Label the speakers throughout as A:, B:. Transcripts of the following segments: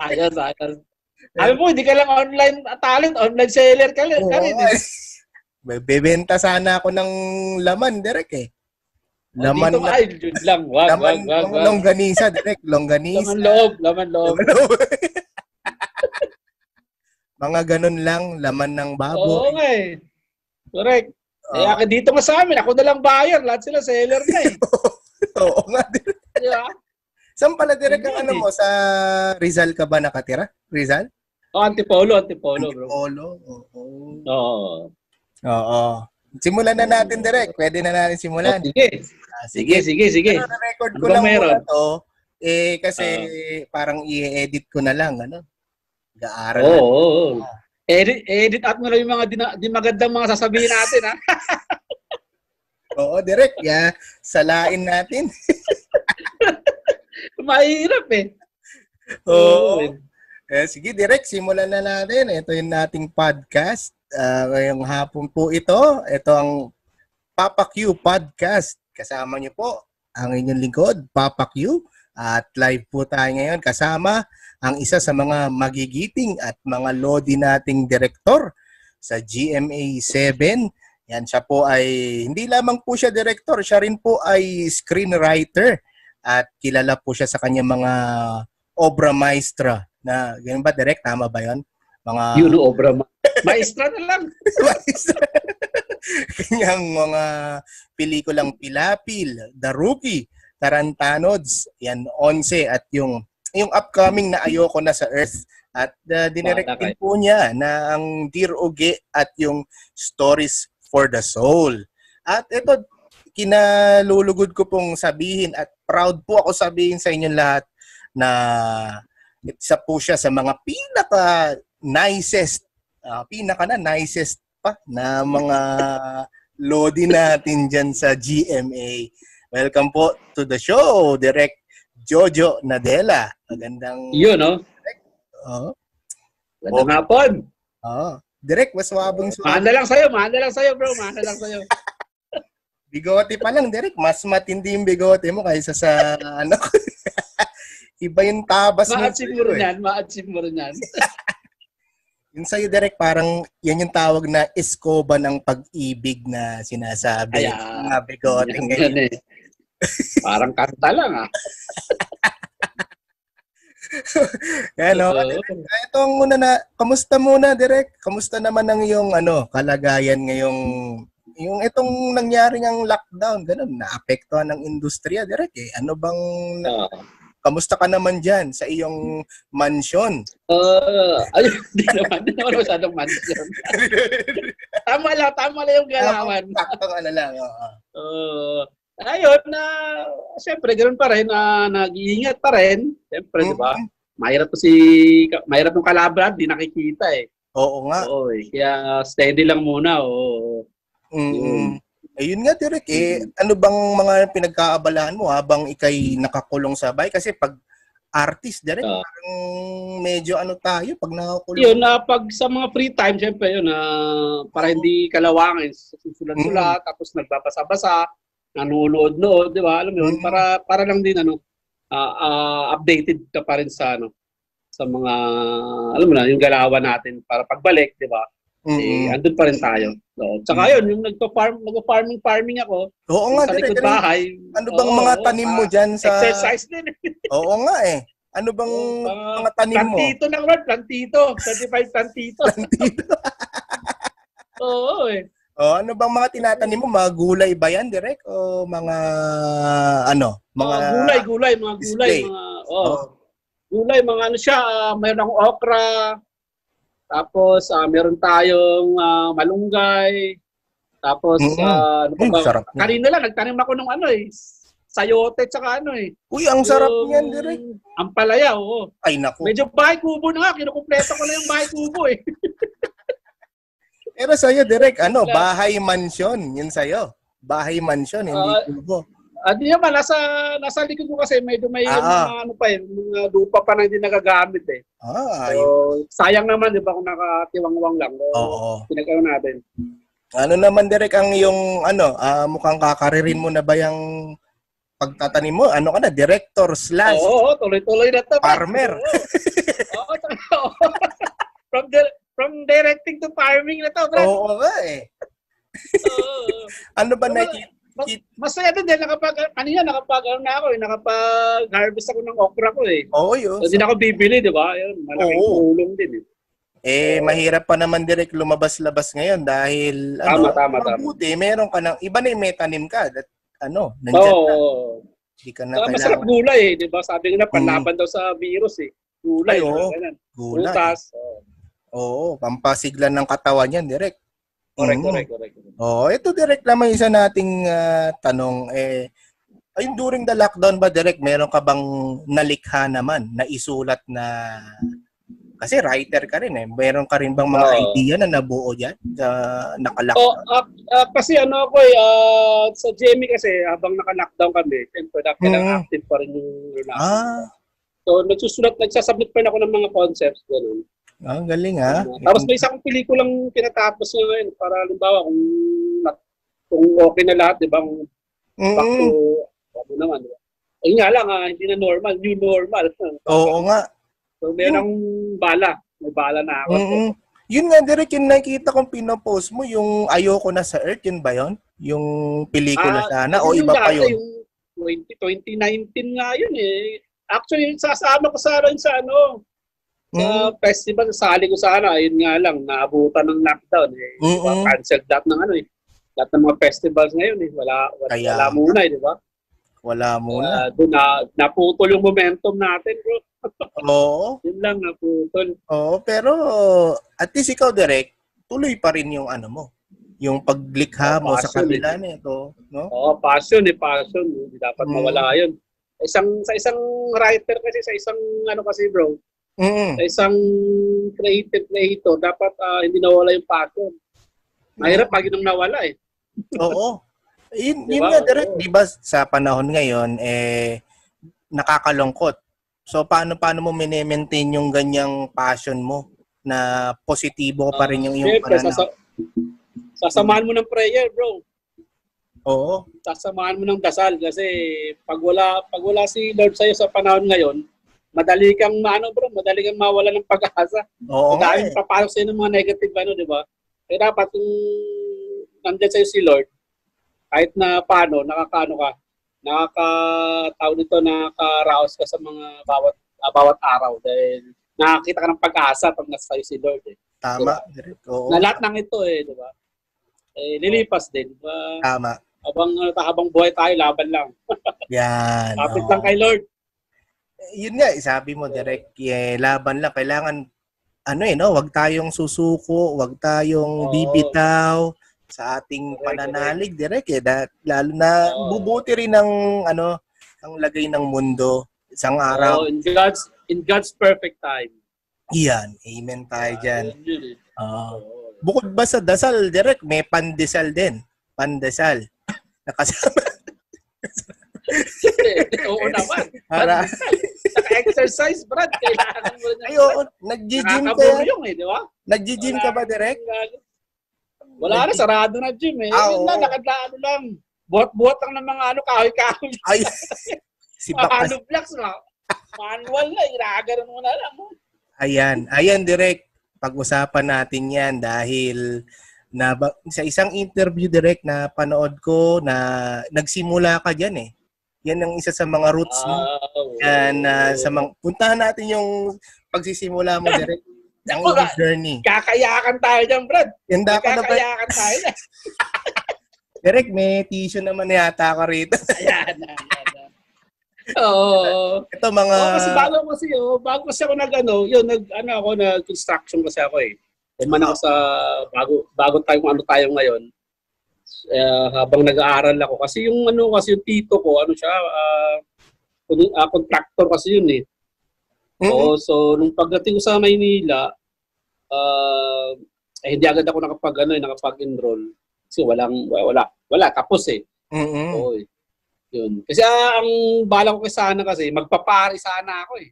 A: ayos, ayos. Sabi mo, hindi ka lang online talent, online seller ka lang.
B: Oo,
A: ka rin eh.
B: eh. May Bebenta sana ako ng laman, direct eh. Laman
A: Dito ka,
B: na,
A: ay, yun lang. Wag,
B: laman,
A: wag, wag, wag.
B: longganisa, direct, longganisa.
A: Laman loob, laman loob.
B: Laman loob. Mga ganun lang, laman ng
A: Oo
B: babo.
A: nga eh. Correct. Eh,
B: Oo,
A: ako dito nga sa amin, ako na lang buyer. Lahat sila seller na eh.
B: oo nga, direct.
A: Di ba?
B: Saan pala direct ang ano
A: Hindi.
B: mo? Sa Rizal ka ba nakatira? Rizal?
A: Oh, antipolo, antipolo, bro.
B: Antipolo. Oo.
A: Oo. Oh.
B: Oo. Simulan na natin direct. Pwede na natin simulan.
A: sige.
B: Ah,
A: Sige, sige, sige.
B: Ano, record
A: Ano
B: ko
A: ba
B: lang
A: meron? Ah.
B: muna to. Eh, kasi parang i-edit ko na lang, ano? Gaaral.
A: Oo. oo, oo. Edit, edit out mo na yung mga di, na- di magandang mga sasabihin natin, ha?
B: Oo, direct. Yeah. Salain natin.
A: Mahirap eh.
B: Oo.
A: eh.
B: Eh, sige, direct. Simulan na natin. Ito yung nating podcast. Ah, ngayong hapon po ito. Ito ang Papa Q Podcast. Kasama niyo po ang inyong lingkod, Papa Q. At live po tayo ngayon kasama ang isa sa mga magigiting at mga lodi nating direktor sa GMA 7. Yan, siya po ay, hindi lamang po siya direktor, siya rin po ay screenwriter at kilala po siya sa kanyang mga obra maestra na, ganun ba, direct? Tama ba yon? Mga...
A: Yun, obra. ma- Maestra na lang.
B: Kanyang mga pelikulang Pilapil, The Rookie, Tarantanods, yan, Once, at yung yung upcoming na Ayoko na sa Earth. At uh, dinirect
A: Bata
B: din po niya na ang Dear Oge at yung Stories for the Soul. At ito, kinalulugod ko pong sabihin at proud po ako sabihin sa inyong lahat na isa po siya sa mga pinaka nicest, ah, pinaka na nicest pa na mga lodi natin dyan sa GMA. Welcome po to the show, Direct Jojo Nadella. Magandang... oh,
A: Yun, oh.
B: Oo.
A: Ganda nga po.
B: Oo. Direct, oh. mas wabang
A: Mahal
B: suwab.
A: na lang sa'yo, mahal na lang sa'yo, bro. Mahal na lang sa'yo.
B: Bigote pa lang, Direct. Mas matindi yung bigote mo kaysa sa ano. Iba yung tabas mo.
A: Ma-achieve mo rin
B: sa'yo, eh.
A: yan, ma-achieve mo rin yan.
B: Yung sa'yo, Direct, parang yan yung tawag na eskoba ng pag-ibig na sinasabi.
A: Ayan.
B: Mga bigote
A: Yan,
B: ngayon.
A: yan eh. Parang kanta lang, ah.
B: Yan, oh.
A: Oo.
B: Ah, Ito ang muna na, kamusta muna, Direk? Kamusta naman ang iyong ano, kalagayan ngayong yung itong nangyari ng lockdown, ganun, naapektuhan ng industriya, Direk eh. Ano bang
A: Oo.
B: kamusta ka naman diyan sa iyong mansion?
A: Uh, ayun, di naman, di naman masyadong mansion. tama lang, tama lang yung galawan.
B: Taktong ano lang. oo.
A: Uh, ayun, na, siyempre, ganun pa rin, na nag-iingat pa rin. Siyempre, di ba?
B: Mm,
A: Mahirap to si, mahirap yung kalaban, di nakikita eh.
B: Oo nga.
A: Oo, eh. Kaya steady lang muna, oo.
B: Mm,
A: Yun.
B: mm. Ayun nga, Direk, eh, ano bang mga pinagkaabalahan mo habang ikay nakakulong sa bahay? Kasi pag artist, Direk,
A: Ah.
B: parang medyo ano tayo pag nakakulong.
A: Yun, na pag sa mga free time, syempre yun, na para hindi kalawangin, susulat-sulat,
B: Mm.
A: tapos nagbabasa-basa, nanonood-nood, di ba? Alam mo yun,
B: Mm.
A: para, para lang din, ano, ah, ah, updated ka pa rin sa, ano, sa mga, alam mo na, yung galawan natin para pagbalik, di ba? Eh,
B: Mm.
A: andun pa rin tayo. So, tsaka
B: Mm.
A: yun, yung nagpa-farm, nagpa-farming farming ako,
B: Oo
A: yung
B: nga,
A: sa
B: Direk.
A: likod
B: Ano-
A: bahay.
B: Ano bang
A: Oo,
B: mga
A: oo,
B: tanim mo
A: para
B: dyan sa...
A: Exercise din.
B: Oo nga eh. Ano bang
A: Oo, mga
B: mga tanim mo?
A: Plantito lang, Lord. Plantito. 25 plantito. Oo eh.
B: O, ano bang mga tinatanim mo? Mga gulay ba yan, Direk? O mga ano? Mga...
A: Mga gulay, gulay, mga gulay.
B: display.
A: Mga,
B: Oo.
A: oh, Gulay, mga ano siya, ah, mayroon akong okra. Tapos, ah, meron tayong ah, malunggay. Tapos,
B: Mm-mm.
A: ah, ano pa
B: Mm,
A: ba?
B: sarap.
A: Kanina lang, nagtanim ako ng ano eh. sayote, tsaka ano eh.
B: Uy, ang sarap
A: yung-
B: niyan, direk. Oh.
A: Ang palaya, oo.
B: Ay, naku.
A: Medyo bahay kubo na nga, kinukumpleto ko na yung bahay kubo eh.
B: Pero sa'yo, direk, ano, bahay mansion. Yun sa'yo. Bahay mansion, hindi
A: Ah,
B: kubo.
A: Ano naman, nasa, nasa likod ko kasi medyo may mga
B: Ah.
A: ano pa eh, mga lupa pa na hindi nagagamit eh.
B: Ah, ayun.
A: So, sayang naman, di ba, kung nakatiwangwang lang. So,
B: Oo.
A: Pinag-ano natin.
B: Ano naman, direk, ang yung, ano, ah, mukhang kakaririn mo na ba yung pagtatanim mo? Ano ka na, director slash.
A: Oo, oo, tuloy-tuloy na to. Oo,
B: Farmer.
A: oo, tsaka- oo. from, the- from directing to farming na to, bro.
B: Oo nga eh. Ano ba
A: Wala.
B: nakikita?
A: Masaya din dahil nakapag, ano yan, nakapag, ano na ako eh, nakapag-harvest ako ng okra ko eh.
B: Oo, yun.
A: So, hindi na ako bibili, di ba? Ayun, malaking
B: Oo.
A: tulong din eh.
B: Eh, mahirap pa naman direct lumabas-labas ngayon dahil
A: Tama,
B: ano,
A: tama, tama.
B: mabuti, meron ka ng, iba na yung may tanim ka. That, ano, nandiyan
A: Oo.
B: na.
A: Oh,
B: Hindi ka na
A: masarap
B: kailangan Mm.
A: gulay eh, di ba? Sabi nga na, panlaban daw sa virus eh. Gulay,
B: Ay, oo.
A: mga ganun.
B: gulay.
A: Prutas. Oo,
B: Oo, pampasiglan ng katawan yan direct.
A: Correct,
B: Mm.
A: correct, correct.
B: Oo, ito direct naman isa nating ah, tanong. Eh, ayun, during the lockdown ba direct, meron ka bang nalikha naman, na isulat na kasi writer ka rin eh. Meron ka rin bang mga
A: Oo.
B: idea na nabuo yan sa
A: Oh,
B: naka-lockdown?
A: ah, ah, kasi ano ako eh, ah, sa Jamie kasi habang naka-lockdown kami, siyempre na
B: Mm.
A: kailangan active pa rin yung relationship.
B: ah,
A: So nagsusulat, nagsasubmit pa rin ako ng mga concepts, ganun.
B: ang galing ah.
A: Ah, Tapos may isang pelikulang tinatapos na ngayon para halimbawa kung nat- kung okay na lahat, di ba? Kung back to,
B: Mm-mm.
A: ano naman, di ba? Ayun nga lang, ah, hindi na normal, new normal.
B: Oo nga.
A: So meron akong bala, may bala na ako.
B: Mm-mm. Yun nga, direct yung nakikita kong pinopost mo, yung Ayoko na sa Earth, yun ba yun? Yung pelikula
A: Ah,
B: sana, o
A: Yun
B: iba pa
A: dati,
B: yun?
A: Yung 20, 2019 nga yun eh. Actually, sasama ko sana yun sa ano,
B: Mm.
A: sa festival, sasali ko sana. Ayun nga lang, naabutan ng lockdown eh. Diba,
B: Mm-mm.
A: Cancel lahat ng ano eh. Lahat ng mga festivals ngayon eh. Wala, wala,
B: Kaya-
A: wala muna eh, di ba?
B: Wala muna.
A: Ah, doon na, naputol yung momentum natin bro. Ah.
B: Oo,
A: Yun lang, naputol.
B: oo, pero at least ikaw, direct, tuloy pa rin yung ano mo. Yung paglikha mo sa
A: Passion,
B: kanila nito, no?
A: Oo, passion eh, passion. Hindi dapat
B: Mm.
A: mawala yun. Isang, sa isang writer kasi, sa isang ano kasi bro,
B: Mm.
A: sa isang creative creator, dapat ah, hindi nawala yung passion. Mahirap pag yun ang nawala eh.
B: Oo. Yun,
A: Diba?
B: yun nga, direct,
A: Oo.
B: di ba sa panahon ngayon, eh, nakakalungkot. So, paano, paano mo mini-maintain yung ganyang passion mo na positibo pa rin yung iyong
A: Siyempre,
B: pananaw?
A: Ah, sasa- sasamahan mo ng prayer, bro.
B: Oo.
A: Sasamahan mo ng dasal kasi pag wala, pag wala si Lord sa'yo sa panahon ngayon, madali kang maano bro, madali kang mawala ng pag-asa.
B: Oo
A: Okay.
B: nga
A: Dahil
B: eh.
A: papasok sa'yo ng mga negative ano, di ba? Kaya dapat kung nandyan sa'yo si Lord, kahit na paano, nakakaano ka, nakakatao nito, nakakaraos ka sa mga bawat ah, bawat araw dahil nakakita ka ng pag-asa pag nasa sa'yo si Lord. Eh.
B: Tama. Direct. Oo.
A: Na lahat ng ito eh, di ba? Eh, lilipas din. di ba?
B: Tama.
A: habang, ano, ta- habang buhay tayo, laban lang.
B: Yan.
A: Kapit
B: oo.
A: lang kay Lord.
B: Yun nga, eh, sabi mo, direct, eh, laban lang. Kailangan, ano eh, no? Huwag tayong susuko, huwag
A: Oo.
B: tayong bibitaw sa
A: Correct,
B: ating pananalig, direct eh. Da- lalo na,
A: Oo.
B: bubuti rin ang, ano, ang lagay ng mundo isang araw.
A: Oh, in God's in God's perfect time.
B: Iyan. Amen tayo dyan.
A: Ayun yun eh.
B: Oo.
A: Oo.
B: Bukod ba sa dasal, direct, may pandesal din. Pandesal. Nakasama.
A: Oo naman.
B: Para,
A: Naka-exercise, Brad. Kailangan mo rin.
B: ayo, nag-gym ka,
A: Nakakaburyong Nah, eh, di ba?
B: nag-gym ka ba, direct?
A: Wala na, sarado na gym eh.
B: Ah,
A: Ayun na,
B: oo.
A: nakadlaano lang. Buhat-buhat lang ng mga ano, kahoy-kahoy.
B: Ay, si
A: Mga
B: Bakas
A: hollow blocks, mga manual na, inaagaran mo na lang. oh.
B: Ayan, ayan direct. Pag-usapan natin 'yan dahil na sa isang interview direct na panood ko na nagsimula ka diyan eh. Yan ang isa sa mga roots mo.
A: Ah, oo.
B: Yan ah, sa mga puntahan natin yung pagsisimula mo direct. ang
A: Wala.
B: iyong journey.
A: Kakayakan tayo dyan, Brad.
B: Ganda ka na ba?
A: Kakayakan tayo na.
B: Direct, may tissue naman yata ka rito.
A: Ayan, ayan, ayan. Oo.
B: Ito mga...
A: Oo, kasi bago kasi, oh, bago kasi ako nag, ano, yun, nag, ano ako, nag construction kasi ako eh. Teman ako sa, bago, bago tayo kung ano tayo ngayon. eh, habang nag-aaral ako. Kasi yung ano kasi yung tito ko, ano siya, ah, kun- ah, contractor kasi yun eh.
B: Mm-hmm. Hmm?
A: Oo, so nung pagdating ko sa Maynila, ah, eh, hindi agad ako nakapag ano, eh, nakapag-enroll. Kasi walang wala, wala tapos eh.
B: Mm-mm.
A: Oo. eh. Yun. Kasi ah, ang bala ko kasi sana kasi magpapari sana ako eh.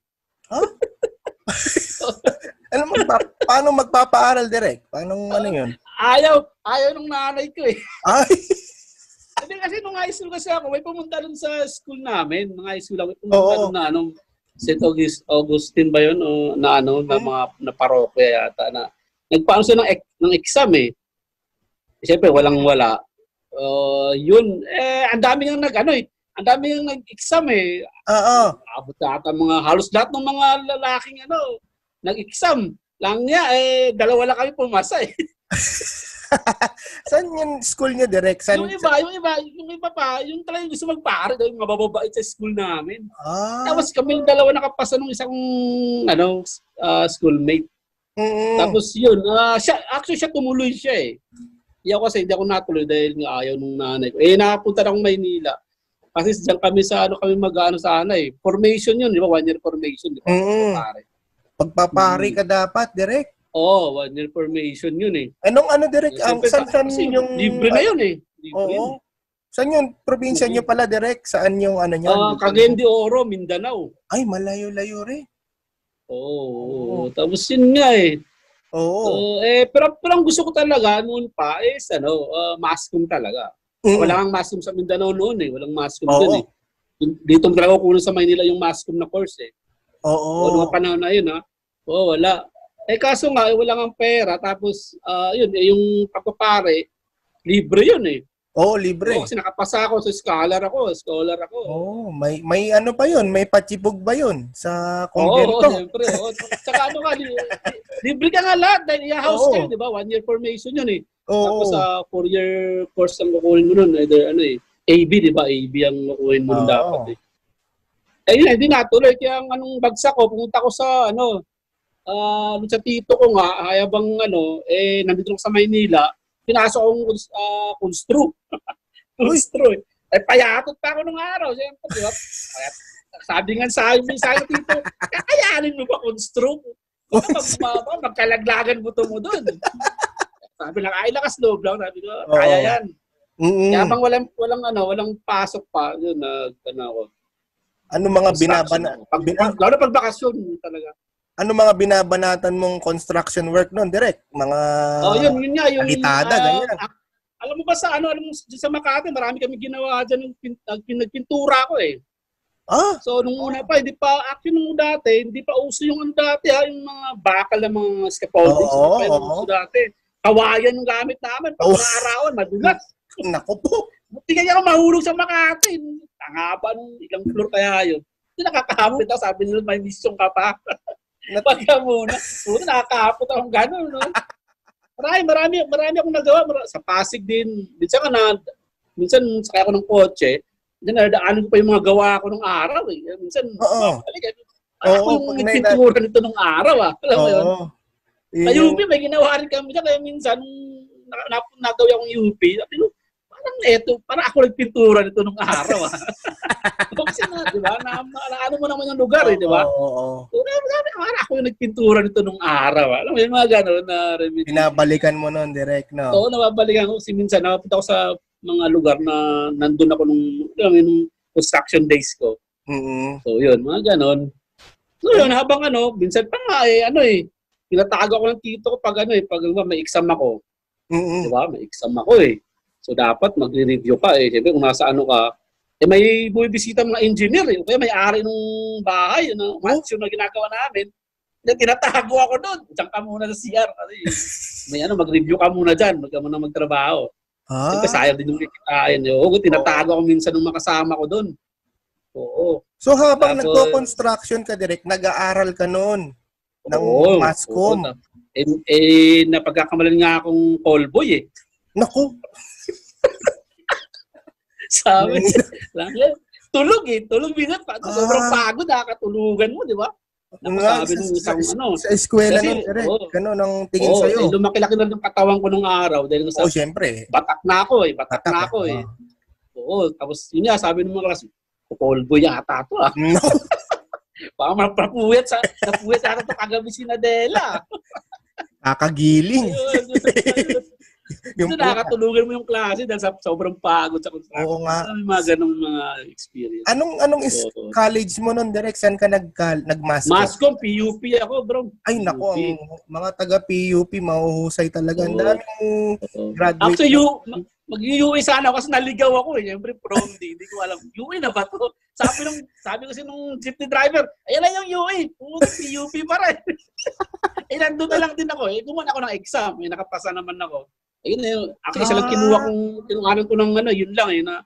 B: Ano magpa- paano magpapaaral direct? Paano ano yun?
A: Ayaw, ayaw nung nanay ko eh.
B: Ay,
A: Hindi kasi nung high school kasi ako, may pumunta nun sa school namin. Nung high school ako, may
B: Oo.
A: pumunta dun na anong St. August, Augustine ba yun? O, na ano, na
B: Hmm.
A: mga na parokya yata. Na, nagpaano siya ng, ek- ng exam eh. Eh, Siyempre, walang wala. Uh, yun, eh, ang dami nang nag, ano eh, ang dami nang nag-exam eh.
B: oo.
A: Abot ata mga, halos lahat ng mga lalaking, ano, nag-exam. Lang niya, eh, dalawa lang kami pumasa eh.
B: Saan yung school nyo direct? Saan?
A: Yung iba, yung iba, yung iba pa, yung talagang gusto magpare, daw, yung mga bababait sa school namin.
B: Ah,
A: Tapos kami yung dalawa nakapasa nung isang ano ah, schoolmate.
B: mm-mm.
A: Tapos yun, ah, siya actually siya tumuloy siya eh. Hindi ako kasi hindi ako natuloy dahil nga ayaw nung nanay ko. Eh nakapunta na akong Maynila. Kasi diyan kami sa ano kami mag-ano sana eh. Formation yun, di ba? One year formation, di ba?
B: Mm-mm.
A: Pare. Mm.
B: Pagpapari ka dapat direct.
A: Oo, oh, one year formation yun eh.
B: Anong ano direct? Ang
A: Siyempre,
B: saan saan
A: kasi
B: yung
A: Libre na yun eh. Libre yun.
B: Oo. Saan yung probinsya nyo pala direct? Saan yung ano nyo?
A: Ah, Cagayan de Oro, Mindanao.
B: Ay, malayo-layo rin.
A: Oo. oo. Tapos yun nga eh.
B: Oo.
A: Oo, eh, pero, pero ang gusto ko talaga noon pa is ano, uh, mascom talaga.
B: Mm.
A: Wala kang mascom sa Mindanao noon eh. Walang mascom
B: Oo.
A: dun eh. Dun- Dito talaga ako kunin sa Maynila yung mascom na course eh.
B: Oo.
A: Oo. Noong mga panahon na yun ha. Oo, wala. Eh kaso nga, eh, wala kang pera. Tapos, ah, yun, eh, yung pagpapare, libre yun eh.
B: Oo, libre.
A: Oo, kasi nakapasa ako, so scholar ako, scholar ako.
B: Oo, may may ano pa yun? May patibog ba yun sa
A: Oo,
B: kumbento?
A: siyempre. Oo. Tsaka ano ka, li- li- libre ka nga lahat dahil i-house
B: Oo.
A: ka, yun, di ba? One year formation yun eh.
B: Oo.
A: Tapos sa four-year course ang kukunin mo nun, either ano eh, AB, di ba? AB ang kukunin mo nun
B: Oo.
A: dapat eh. Eh yun, hindi natuloy. Kaya ang anong bagsak ko, pumunta ko sa ano, ah, dun sa tito ko nga, habang ano, eh, nandito ako sa Maynila, pinasok akong uh, constru. constru eh. Eh, payatot pa ako nung araw, siyempre, di ba? Payat- sabi nga sa akin, sa akin tito, kakayanin mo ba constru? Kapag bumaba, magkalaglagan mo to mo dun. Sabi lang, ay lakas loob lang. Sabi ko, kaya
B: Oo.
A: yan.
B: Mm-mm.
A: Kaya bang walang, walang, ano, walang pasok pa, yun, nag, ano ako.
B: Ano mga
A: construction
B: binabana
A: ako. Pag,
B: bina-
A: pag, lalo pag bakasyon talaga.
B: ano mga binabanatan mong construction work noon direct? Mga
A: oh, yun, yun nga. Yung, ah,
B: Alitada, Ah, ganyan.
A: ah, alam mo ba sa, ano, alam mo, dyan sa Makati, marami kami ginawa dyan, ng pin- nag- pin- nagpintura ko eh.
B: Ah,
A: So, nung una pa, hindi pa, actually, nung dati, hindi pa uso yung ano dati, ha, yung mga bakal na mga scaffolding.
B: Oo,
A: hindi pa yun
B: oo.
A: uso dati. Kawayan yung gamit namin. Pag
B: Oo.
A: oh. arawan, madulas.
B: nako po.
A: Buti kaya ako mahulog sa Makati. Ang haba nung ilang floor kaya yun. Hindi nakakahapit na, sabi nila may mission ka pa.
B: Nat-
A: Pagka muna, puto nakakahapit akong gano'n. No? Marami, marami, marami akong nagawa. Mara- sa Pasig din. Minsan ka na, minsan sakay ako ng kotse, minsan nadaanan ko pa yung mga gawa ko nung araw. Eh. Minsan,
B: Oo.
A: balik. Eh. Ako
B: Oo,
A: yung
B: pag naina-
A: nagpintura nito nung araw. Ah. Alam mo yun?
B: Oo.
A: Sa
B: Yun
A: UP, may ginawa rin kami dyan. Kaya minsan, nung na- na- nagawa akong UP, sabi ko, parang eto, parang ako nagpintura nito nung araw. ah. Kasi na, di ba? Na, na, ano mo naman yung lugar, eh, di ba?
B: Oo, oo, oo.
A: So, sabi ko, parang ako yung nagpintura nito nung araw. ah. Alam mo, yung mga gano'n na review.
B: Binabalikan mo noon direct, no?
A: Oo, nababalikan ko. Kasi minsan, napapunta ko sa mga lugar na nandun ako nung, alam mo, nung construction days ko.
B: Mm-mm.
A: So yun, mga ganon. So yun, habang ano, minsan pa nga eh, ano eh, tinatago ako ng tito ko pag ano eh, pag ano, may exam ako.
B: Mm-mm.
A: Di ba? Diba? May exam ako eh. So dapat magre-review ka eh. Siyempre kung nasa ano ka, eh may bumibisita mga engineer eh. O kaya may ari ng bahay, ano, mansion na ginagawa namin. Kaya tinatago ako doon. Diyan ka muna sa CR. Kasi may ano, mag-review ka muna dyan. Huwag ka muna magtrabaho.
B: Ah,
A: Siyempre sayang din yung kikitain. eh. Oo, tinatago ako minsan ng makasama ko doon. Oo.
B: so habang
A: Tapos-
B: nagko-construction ka direct, nag-aaral ka noon. ng
A: Oo, oo,
B: Mascom.
A: na- eh, eh, napagkakamalan nga akong callboy eh.
B: Naku,
A: Sabi, lang, eh, tulog eh, tulog minat pa.
B: Ah.
A: Sobrang pagod, nakakatulugan mo, di ba? Nakasabi
B: Nga,
A: ng
B: sa-
A: isang
B: sa-
A: ano.
B: Sa eskwela
A: Kasi,
B: nun, Direk.
A: oo.
B: Ganun ang tingin
A: Oo,
B: sa'yo. Oh,
A: eh, lumaki-laki na ng katawan ko nung araw dahil sa
B: Oo, syempre.
A: batak na ako eh, batak, na ako eh.
B: Oo.
A: Oo, tapos yun nga, sabi ng mga klase, polvo yata to ah.
B: No.
A: Baka mapapuwet sa, napuwet yata to kagabi si Nadela.
B: Kakagiling.
A: Ayun, Yung
B: Yung
A: nakakatulungan mo yung klase dahil sa sobrang pagod sa
B: puta.
A: construction.
B: Oo nga.
A: May mga ganong mga experience.
B: Anong anong is
A: Oo.
B: college mo nun, Direk? Saan ka nag nagmaster?
A: Mascom, PUP ako, bro.
B: Ay nako, ang mga taga PUP mahuhusay talaga. Ang
A: Oo.
B: daming graduate.
A: Actually, you, mag-UE sana ako kasi naligaw ako eh. Siyempre, prom day. Hindi ko alam, UE na ba to? Sabi, nung, sabi kasi nung jeepney driver, ayan na yung UE. Pumunta si UP pa rin. eh, nandun na lang din ako. Eh, gumawa ako ng exam. Eh, nakapasa naman ako. Ayun na yun. Actually, isa lang
B: Ah.
A: kinuha kong, kinuhanan ko ng ano, yun lang eh, na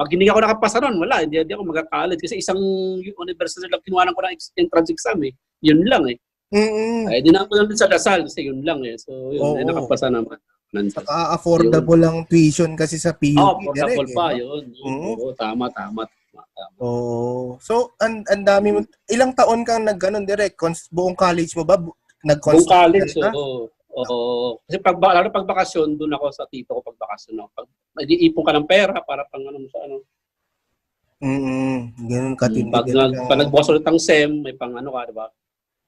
A: pag hindi ako nakapasa nun, wala, hindi, hindi ako mag-college. Kasi isang universal lang kinuhanan ko ng ex- entrance exam eh. Yun lang eh.
B: Mm-mm.
A: Ay, dinaan ko lang din sa dasal kasi yun lang eh. So, yun,
B: Oo.
A: eh, nakapasa naman. Nandun.
B: Saka affordable ang tuition kasi sa PUP.
A: Oo, oh,
B: Direk,
A: portable
B: eh,
A: pa,
B: no?
A: yun.
B: Mm.
A: Oo, tama, tama, tama, tama.
B: Oo. So, ang ang dami mo. Ilang taon kang nagganon, Direk? Cons- buong college mo ba? Bu-
A: Buong
B: Nag-construction
A: college,
B: ka?
A: oo. Oo. Kasi pag, lalo pag bakasyon, doon ako sa tito ko pag bakasyon. Ako. Pag, nag-iipon ka ng pera para pang ano, sa ano.
B: Mm-mm. Ganun katindi.
A: eh. Mm, Pag,
B: Direk,
A: nag,
B: ang-
A: pag nagbukas ulit ng SEM, may pang ano ka, di ba?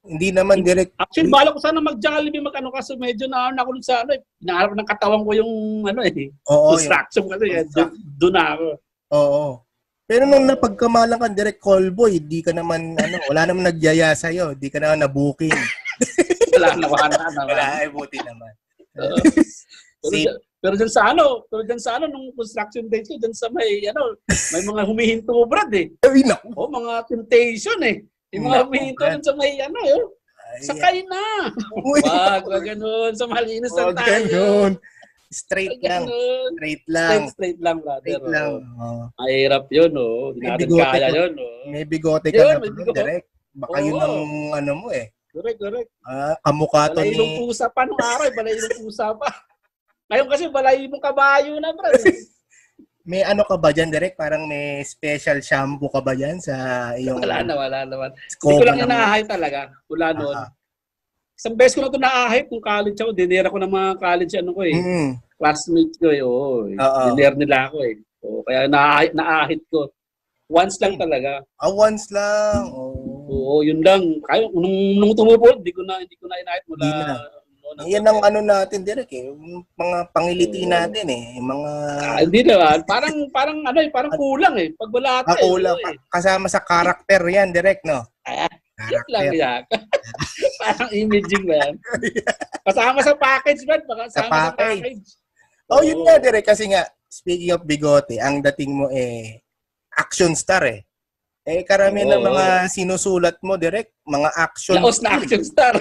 B: hindi naman, Direk.
A: Actually, bala ko sana mag-Jollibee, mag-ano kasi medyo na ano ako dun sa ano, eh. Inaarap ng katawan ko yung ano eh.
B: Oo. yun.
A: Construction kasi. eh. Dun- Doon na ako.
B: Oo. Pero nung napagkamalan ka, direct callboy, di ka naman, ano, wala naman nagyaya sa'yo. Di ka naman nabuking.
A: Wala na, wala na.
B: Wala, ay, buti naman.
A: Oo. pero,
B: Si-
A: dyan, pero dyan sa ano, pero dyan sa ano, nung construction days ko, dyan sa may, ano, may mga humihinto brad eh.
B: Ay, naku.
A: Oh, mga temptation eh. Yung mga
B: Naku,
A: humihinto
B: Brad.
A: dyan sa may, ano, yun,
B: Ay,
A: sakay na.
B: uy.
A: Wag, wag ganun, sa malinis na
B: Huwag
A: tayo.
B: ganun. Straight
A: Wag
B: lang.
A: ganun.
B: Straight
A: Straight,
B: lang.
A: straight lang, brother.
B: Straight lang.
A: Oo.
B: Oo.
A: Mahirap yun, oh. Hindi
B: May
A: natin
B: bigote
A: kaya
B: ka.
A: yun, oh.
B: May bigote ka
A: Yun,
B: na
A: may
B: bro,
A: bigote.
B: direct. Baka yun
A: Oo.
B: ang ano mo eh.
A: Correct, correct.
B: Ah, kamukha to
A: Balayilong
B: ni...
A: pusa pa nung araw, eh. balayilong pusa pa. Ngayon kasi balayilong kabayo na, brad. eh.
B: May ano ka ba dyan, direct? Parang may special shampoo ka ba dyan sa iyong...
A: Wala na, wala naman. Hindi ko
B: scope
A: lang
B: ng-
A: inaahay talaga mula noon.
B: Ah.
A: Isang beses ko na ito naahay kung college ako. Dinera ko ng mga college ano ko eh.
B: Mm.
A: Classmate ko eh. Oo. eh.
B: Oo.
A: Dinera nila ako eh. Oo, kaya naahay, naahit ko. Once lang talaga.
B: Ah, once lang. Oo.
A: Oo, yun lang. Kaya nung, nung tumupo, hindi ko na, hindi ko na inahit mula.
B: Hindi na.
A: noon hanggang
B: Yan ang
A: ngayon.
B: ano natin, Derek, eh. Yung mga pangiliti
A: Oo.
B: natin, eh. Yung mga
A: Ah, hindi na. Parang, parang ano eh, parang kulang eh. Pag wala ata eh.
B: makulang
A: oo, eh.
B: kasama sa karakter yan, Derek, no?
A: Ah, Yun lang
B: Karakter.
A: yan. parang imaging ba yan? Kasama sa package ba? Baka
B: Sa
A: kasama sa
B: package.
A: package.
B: Oh, yun
A: Oo.
B: nga, Derek, kasi nga, speaking of bigote, ang dating mo, eh, action star, eh. Eh, karamihan ng
A: Oo.
B: mga sinusulat mo, Derek, mga action.
A: Laos na action star.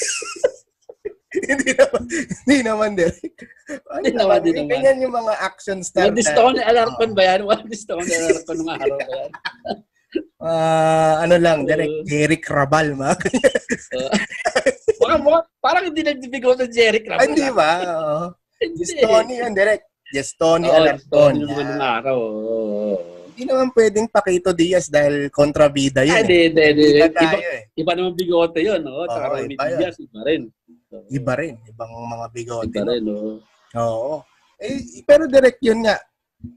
B: hindi naman, hindi naman, Derek. Ano
A: Hindi naman, hindi
B: eh,
A: naman.
B: Ganyan yung mga action star.
A: Walang discount ni Alarcon ba yan? Walang discount ni Alarcon ng araw ba yan?
B: Ah, ano lang, Derek,
A: Oo.
B: Derek Rabal, ma.
A: Baka mukha, parang hindi nagbibigo sa Jerry Crab.
B: Ay, di ba? Oo.
A: Hindi.
B: Tony yun, direct. Yes, Tony
A: Oo, Discount
B: Alarcon.
A: naman ng
B: Ah,
A: araw. oo.
B: Hindi naman pwedeng Paquito Diaz dahil kontrabida
A: Ay,
B: yun.
A: di,
B: eh.
A: di, di. Ah,
B: Iba
A: Iba,
B: tayo eh.
A: iba naman bigote yun, no?
B: Oo,
A: Tsaka Romy
B: iba yun.
A: Diaz, iba rin. So,
B: Iba rin. Ibang mga bigote.
A: Iba rin, no?
B: Oo. Eh, pero direct yun nga.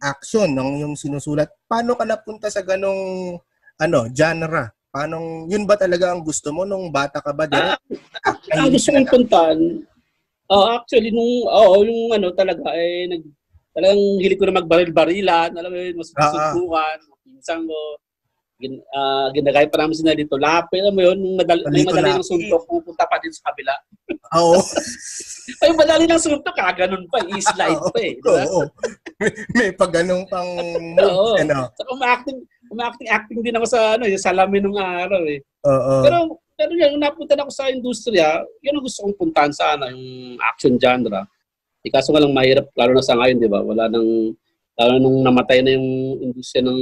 B: Action, ng yung sinusulat. Paano ka napunta sa ganong ano, genre? Paano, yun ba talaga ang gusto mo nung bata ka ba,
A: Ah,
B: direct? Ah,
A: Ang gusto kong puntaan, oh, actually, nung, oo, yung ano talaga, eh, nag, talagang hilig ko na magbaril-barilan, alam mo yun, masusubukan, pinsan ko, gin, ah, ginagaya pa namin sila dito, lapi, alam mo yun, yung madali, may
B: Palito
A: madali ng
B: lapi.
A: suntok, pupunta pa din sa kabila.
B: Oo.
A: Ay, madali ng suntok, kaganon pa, i-slide pa eh. di ba?
B: Oo. May, may pag ganong pang
A: Oo.
B: moves, ano?
A: So, umacting, umacting, acting din ako sa, ano, yung salamin ng araw eh.
B: Oo.
A: Pero, pero yun, nung napunta na ako sa industriya, yun ang gusto kong puntahan sa ano, yung action genre. Eh, kaso nga lang mahirap, lalo na sa ngayon, di ba? Wala nang, lalo nung namatay na yung industriya ng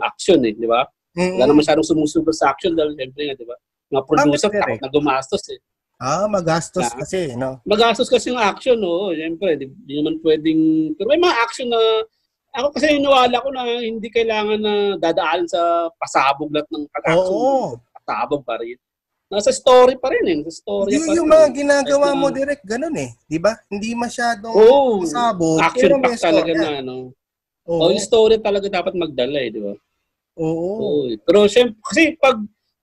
A: action eh, di ba?
B: Mm.
A: Wala na masyadong sumusubo sa action dahil syempre nga, di ba? Mga producer,
B: Bakit,
A: takot na gumastos eh.
B: Ah, magastos
A: Ah.
B: kasi, no?
A: Magastos kasi yung action, oo. Siyempre, di, di naman pwedeng... Pero may mga action na... Ako kasi iniwala ko na hindi kailangan na dadaan sa pasabog lahat ng pag-action.
B: Oo.
A: Pasabog pa rin. Nasa story pa rin eh. Sa story
B: Yung,
A: pa
B: yung
A: rin.
B: mga ginagawa
A: Kahit
B: mo
A: na-
B: direct, ganun eh. Di ba? Hindi masyadong
A: Oo.
B: masabog.
A: action
B: pero may
A: pack talaga
B: storya.
A: na ano.
B: Oo.
A: Oh, yung story talaga dapat magdala eh, di ba?
B: Oo.
A: Oo. eh. Pero syempre, kasi pag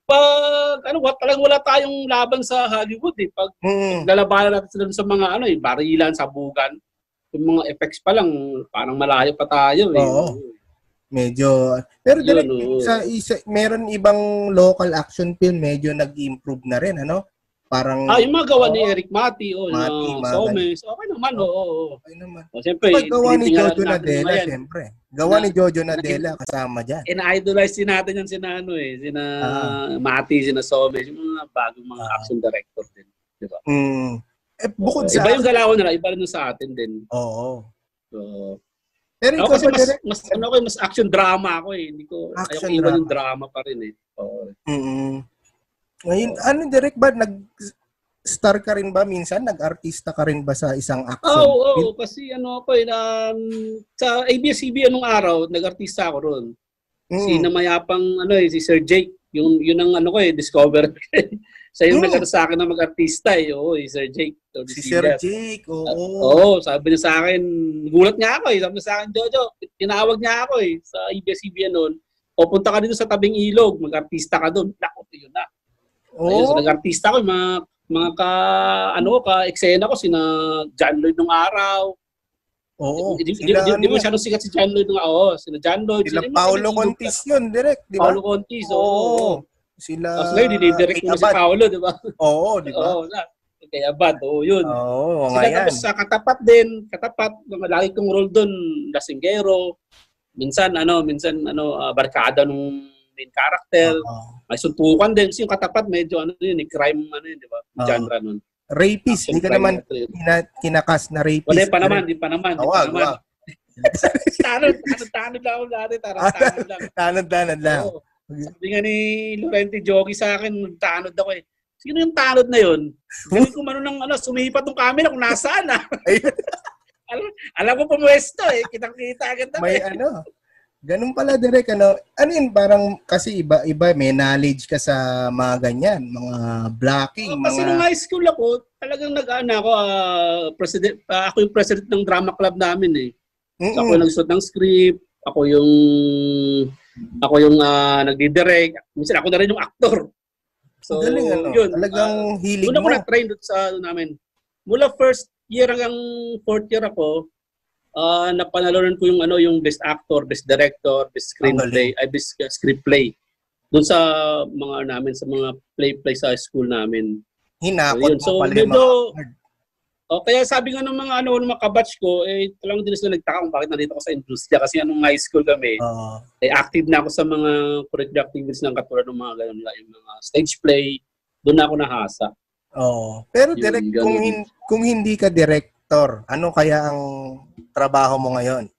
A: pag ano wa talagang wala tayong laban sa Hollywood eh pag
B: Mm.
A: lalabanan natin sila sa mga ano eh barilan sabugan yung mga effects pa lang parang malayo pa tayo eh
B: Oo. Medyo pero
A: Yun,
B: direct
A: oo.
B: sa isa, meron ibang local action film medyo nag-improve na rin ano? Parang
A: ah yung mga gawa ni
B: Oo.
A: Eric Mati oh
B: Mati,
A: yung
B: mga
A: mga Somes okay naman oo oo
B: okay naman.
A: oh, siyempre
B: Pag gawa ni
A: tinitingnan
B: Jojo
A: natin
B: Nadella,
A: naman yan.
B: siyempre. Gawa
A: Na-
B: ni Jojo Nadella kasama dyan.
A: in-idolize din natin yan sina ano eh, sina
B: Ah.
A: Mati, sina Somes, yung mga bagong mga action director din.
B: Mm. Eh, bukod sa...
A: iba yung galaw nila, iba rin yung sa atin din.
B: Oo.
A: So,
B: Pero
A: ako
B: ikaw
A: kasi
B: ba
A: mas,
B: direct?
A: mas, ano ko, eh, mas action drama ako eh. Hindi ko, ayaw ko
B: Action
A: iwan
B: drama.
A: yung drama pa rin eh. Oo.
B: Mm. Ngayon, ano direct ba? Nag-star ka rin ba minsan? Nag-artista ka rin ba sa isang
A: Oo,
B: action
A: oo,
B: film?
A: kasi ano ako eh, um, sa ABS-CBN nung araw, nag-artista ako roon.
B: Mm.
A: Si namayapang, ano eh, si Sir Jake, yung, yun ang ano ko eh, discover. Siya yung
B: Mm.
A: nag sa akin na mag-artista eh. Oo, eh, Sir Jake. So,
B: Si
A: si
B: Sir
A: Jake.
B: Jake, oo.
A: Ah, Oo, sabi niya sa akin, gulat nga ako eh. Sabi niya sa akin, Jojo, tinawag niya ako eh sa ABS-CBN noon. O punta ka dito sa tabing ilog, mag-artista ka doon. Nako, yun na.
B: Oo.
A: Ayun, so nag-artista ko, yung mga, mga ka, ano, ka, eksena ko, sina John Lloyd nung araw.
B: Oo.
A: Hindi
B: Sila, ano
A: mo
B: yan?
A: masyadong sikat si John Lloyd nung araw. Sina John Lloyd. sino
B: Sila
A: yung mga
B: Paolo
A: kanilog
B: Contis
A: ka?
B: yun, direct, di ba?
A: Paolo Contis, oo.
B: Oo. Sila...
A: Tapos ngayon, dinidirect mo na si
B: Abad.
A: Paolo, di ba?
B: Oo, di ba? Ah.
A: Oo, na. Kaya bad, oo, yun.
B: Oo, nga
A: Sila
B: yan.
A: tapos sa katapat din, katapat, mga lagi kong role doon, lasinggero, minsan ano, minsan ano, ah, barkada nung main character,
B: Oo.
A: may suntukan din. Kasi yung katapat medyo ano yun, eh, crime ano yun, di ba?
B: Oo.
A: Genre nun.
B: Rapist, Ah. hindi ka
A: Crime
B: naman
A: na-
B: kina- kinakas na rapist. Ah,
A: Wala eh, pa naman, di pa naman, di pa
B: Wag,
A: naman.
B: wag.
A: Tanod, tanod, tanod lang ako dati, tanod, tanod lang.
B: Tanod-tanod lang.
A: Oo. Sabi nga ni Lorente Jogi sa akin, tanod ako eh. Sino yung tanod na yun? Gawin ko man ng ano, sumipat ng camera kung nasaan ah.
B: Ayun.
A: alam, alam ko pumuesto eh. Kitang-kita agad na.
B: May
A: eh.
B: ano. Ganun pala direct ano. Ano yun parang kasi iba-iba may knowledge ka sa mga ganyan, mga blocking,
A: Oh, kasi nung
B: mga
A: high school ako, talagang nag-ano ako, ah, president, ah, ako yung president ng drama club namin eh.
B: Mm-mm.
A: Ako yung nagsuot ng script, ako yung ako yung uh, nagdi-direct, minsan ako na rin yung actor. So,
B: Galing ano.
A: yun.
B: Talagang
A: ah,
B: hilig
A: Una
B: mo.
A: ko na-train doon sa ano namin. Mula first year hanggang fourth year ako, ah napanalunan ko yung ano yung best actor, best director, best screenplay, ay best uh, screenplay. Doon sa mga ano namin sa mga play-play sa school namin. Ayun,
B: Hinakot mo
A: so
B: pala yung mga
A: medyo-
B: award.
A: O kaya sabi nga ng mga ano ng mga kabatch ko, eh talagang din sila nagtaka kung bakit nandito ako sa industriya kasi anong high school kami,
B: Oo.
A: eh active na ako sa mga curricular activities ng katulad ng mga ganun lang, yung mga stage play. Doon na ako nahasa.
B: Oo. Pero
A: Yun,
B: direct
A: ganun.
B: kung hin- kung hindi ka director, ano kaya ang trabaho mo ngayon?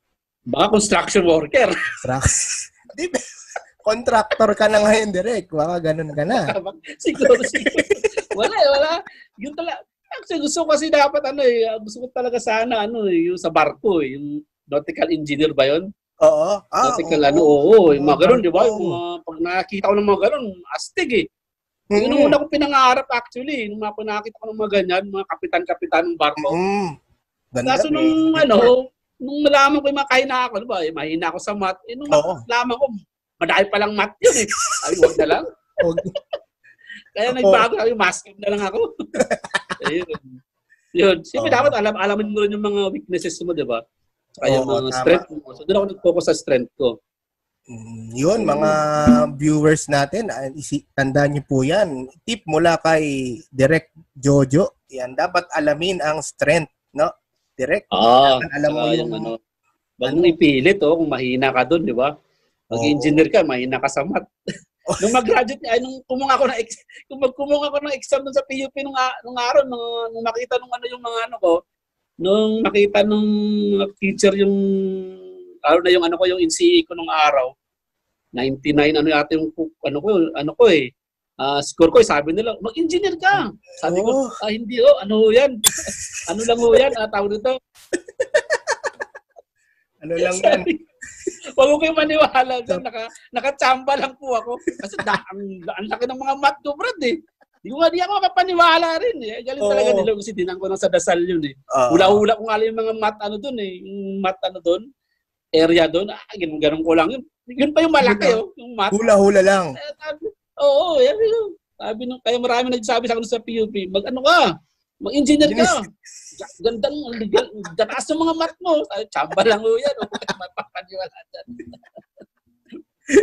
A: Baka construction worker.
B: Trucks. Di ba? Contractor ka na ngayon direct. Baka ganun ka na.
A: Tama. siguro, siguro. Wala, eh, wala. Yun talaga. Actually, gusto ko kasi dapat ano eh, gusto ko talaga sana ano eh, yung sa barko eh, yung nautical engineer ba yun?
B: Oo. Ah,
A: nautical
B: oo.
A: ano, oo, yung mga ganun, di ba?
B: Oo.
A: Yung mga, pag nakakita ko ng mga ganun, astig eh.
B: Mm-mm.
A: Yun ang una kong pinangarap actually, nung mga pag nakakita ko ng mga ganyan, mga kapitan-kapitan ng barko.
B: Mm. Ganda.
A: Kaso nung
B: eh.
A: ano, nung malaman ko yung mga kahina ako, di ba? Eh, mahina ako sa math. Eh, nung
B: Oo.
A: malaman ko, madahil palang math yun eh. Ay, wag na lang.
B: Huwag-
A: Kaya
B: Ako.
A: nagbago kami, mask up na lang ako. Ayun. Yun. Siyempre,
B: Oo.
A: dapat alam, alamin mo rin yung mga weaknesses mo, di ba? Saka yung
B: Oo,
A: mga
B: tama.
A: strength mo. So, doon ako nag-focus sa strength ko.
B: Mm, Yun, mga viewers natin, ah, isi- tandaan niyo po yan. Tip mula kay Direct Jojo. Yan, dapat alamin ang strength, no? Direct,
A: Ah,
B: alam mo yung...
A: ano.
B: Ano,
A: Huwag
B: ano.
A: mong ipilit, oh, kung mahina ka doon, di ba? Pag
B: Oo. Oh.
A: engineer ka, mahina ka sa math.
B: Oo.
A: nung mag-graduate, ay, nung kumuha ako ng ex- kung magkumuha ako ng exam dun sa PUP nung, a- nung araw, nung, nung makita nung ano yung mga ano ko, nung makita nung teacher yung araw na yung ano ko, yung NCE ko nung araw, 99 ano yata yung ku- ano ko ano ko eh ah, score ko eh, sabi nila mag-engineer ka sabi ko
B: Oh.
A: ah, hindi oh ano ho yan ano lang ho yan ah, tawag nito
B: ano lang yan.
A: sabi wag ko kayong maniwala dyan naka nakachamba lang po ako kasi da, ang, ang laki ng mga math ko Brad eh Hindi ko nga di ako makapaniwala rin eh. Galing
B: Oo. Ah.
A: talaga nila kasi dinang ko na sa dasal yun eh.
B: Oo.
A: Hula-hula ko nga lang yung mga mat ano doon eh. Yung mat ano doon, area doon. Ah, ganun, ganun ko lang. Yun, yun pa yung malaki
B: Hula.
A: oh, yung mat.
B: Hula-hula lang.
A: Eh, sabi- Oo, yan yun. Sabi nung, kaya marami nagsabi sa akin sa PUP, mag ano ka, mag-engineer ka. Ga- Gandang, legal, gataas ng mga mat mo. Sabi, Tsamba lang ho yan. oh. Mapapaniwala dyan.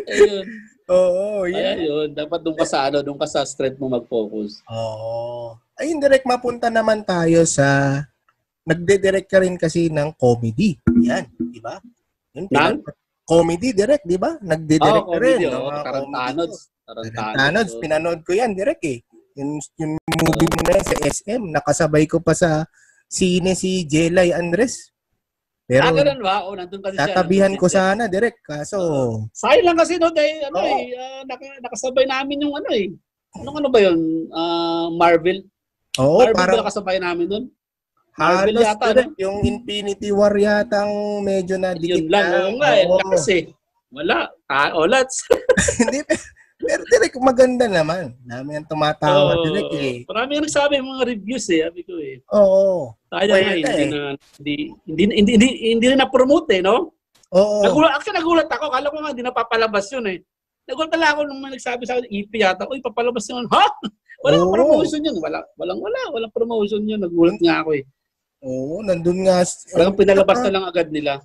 A: Ayun.
B: Oo,
A: Kaya
B: yeah.
A: yun, dapat doon ka sa ano, doon ka sa strength mo mag-focus.
B: Oo. Ayun, direct mapunta naman tayo sa nagde-direct ka rin kasi ng comedy. Yan, di ba?
A: Ng?
B: Yun, pinan- comedy direct, di ba? Nagde-direct ka rin.
A: comedy,
B: ng
A: oh.
B: mga
A: Tarantanods.
B: comedy.
A: Tarantanods.
B: Tarantanods.
A: oh.
B: Pinanood ko yan direct eh. Yung, yung movie mo na yan sa SM, nakasabay ko pa sa sine si Jelay Andres. Pero
A: ah, ganun ba? Oh, nandun kasi siya.
B: tatabihan
A: nandun
B: ko
A: siya.
B: sana direct. Kaso,
A: Sayang lang kasi no, dahil ano
B: Oo.
A: eh, ah, naka- nakasabay namin yung ano eh. Anong ano ba yun? Ah, Marvel?
B: oo,
A: Marvel
B: Oh, parang
A: ba nakasabay namin nun? Marvel
B: Halos
A: yata,
B: direct, yung Infinity War yata ang medyo
A: Yun
B: nadikit
A: lang.
B: na.
A: Oo nga eh.
B: Oo.
A: Lakas eh. Wala. Ah, oh, let's.
B: Hindi, pero direct maganda naman. Dami ang tumatawa direct eh.
A: Marami yung nagsabi yung mga reviews eh. Sabi ko eh.
B: Oo.
A: Sayang nga, hindi
B: Pwede eh.
A: na, hindi, hindi, hindi, hindi, hindi na na-promote eh, no?
B: Oo.
A: Nagulat, actually, nagulat ako. Kala ko nga, hindi napapalabas yun eh. Nagulat pala ako nung may nagsabi sa akin, EP yata. Uy, papalabas yun. Ha? Walang
B: Oo.
A: promotion yun. Wala, walang wala. Walang promotion yun. Nagulat nga ako eh.
B: Oo, nandun nga. s-
A: Parang pinalabas na lang agad nila.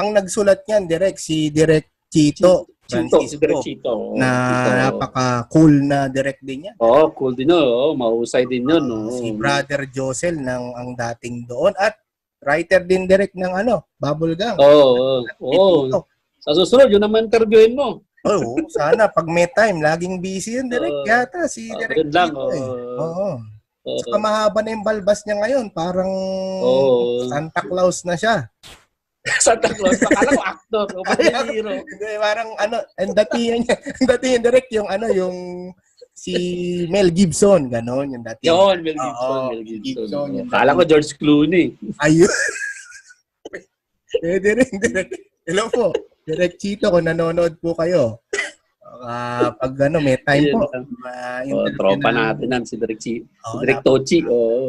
B: Ang nagsulat niyan direct, si Direct Chito.
A: Chito,
B: Francisco,
A: si Direk Chito. Oo,
B: Na
A: Chito.
B: napaka-cool na direct din niya.
A: Oo, cool din yun. Oo, mahusay din yun. oo.
B: Si Brother Josel ng ang dating doon at writer din direct ng ano, Bubblegum.
A: Oo, oo, oo.
B: Ito.
A: Sa susunod, yun naman interviewin mo.
B: Oo, sana pag may time, laging busy yun direct
A: Oo.
B: yata si
A: Ah,
B: direct
A: yun lang. oh.
B: Chito eh.
A: Oo.
B: Oo.
A: Oo.
B: Saka mahaba na yung balbas niya ngayon, parang
A: Oo.
B: Santa Claus na siya.
A: Santa Claus. Akala ko actor. O, ba't may hero?
B: Hindi, parang ano, ang datingan niya, ang datingan direct yung ano, yung si Mel Gibson, ganon yung dating.
A: Yun, Mel Gibson.
B: Oo,
A: Mel Gibson.
B: Gibson, yun.
A: Akala ko George Clooney.
B: Ayun. Pwede rin, direct. Eh, Hello po. Direct Chito, kung nanonood po kayo. Ah, pag ano, may time po.
A: Ayun.
B: ma-
A: Oh,
B: interview
A: tropa
B: na-
A: natin yan, si Direk, si, si
B: Oo,
A: Direk
B: nap-
A: Tochi. Oo.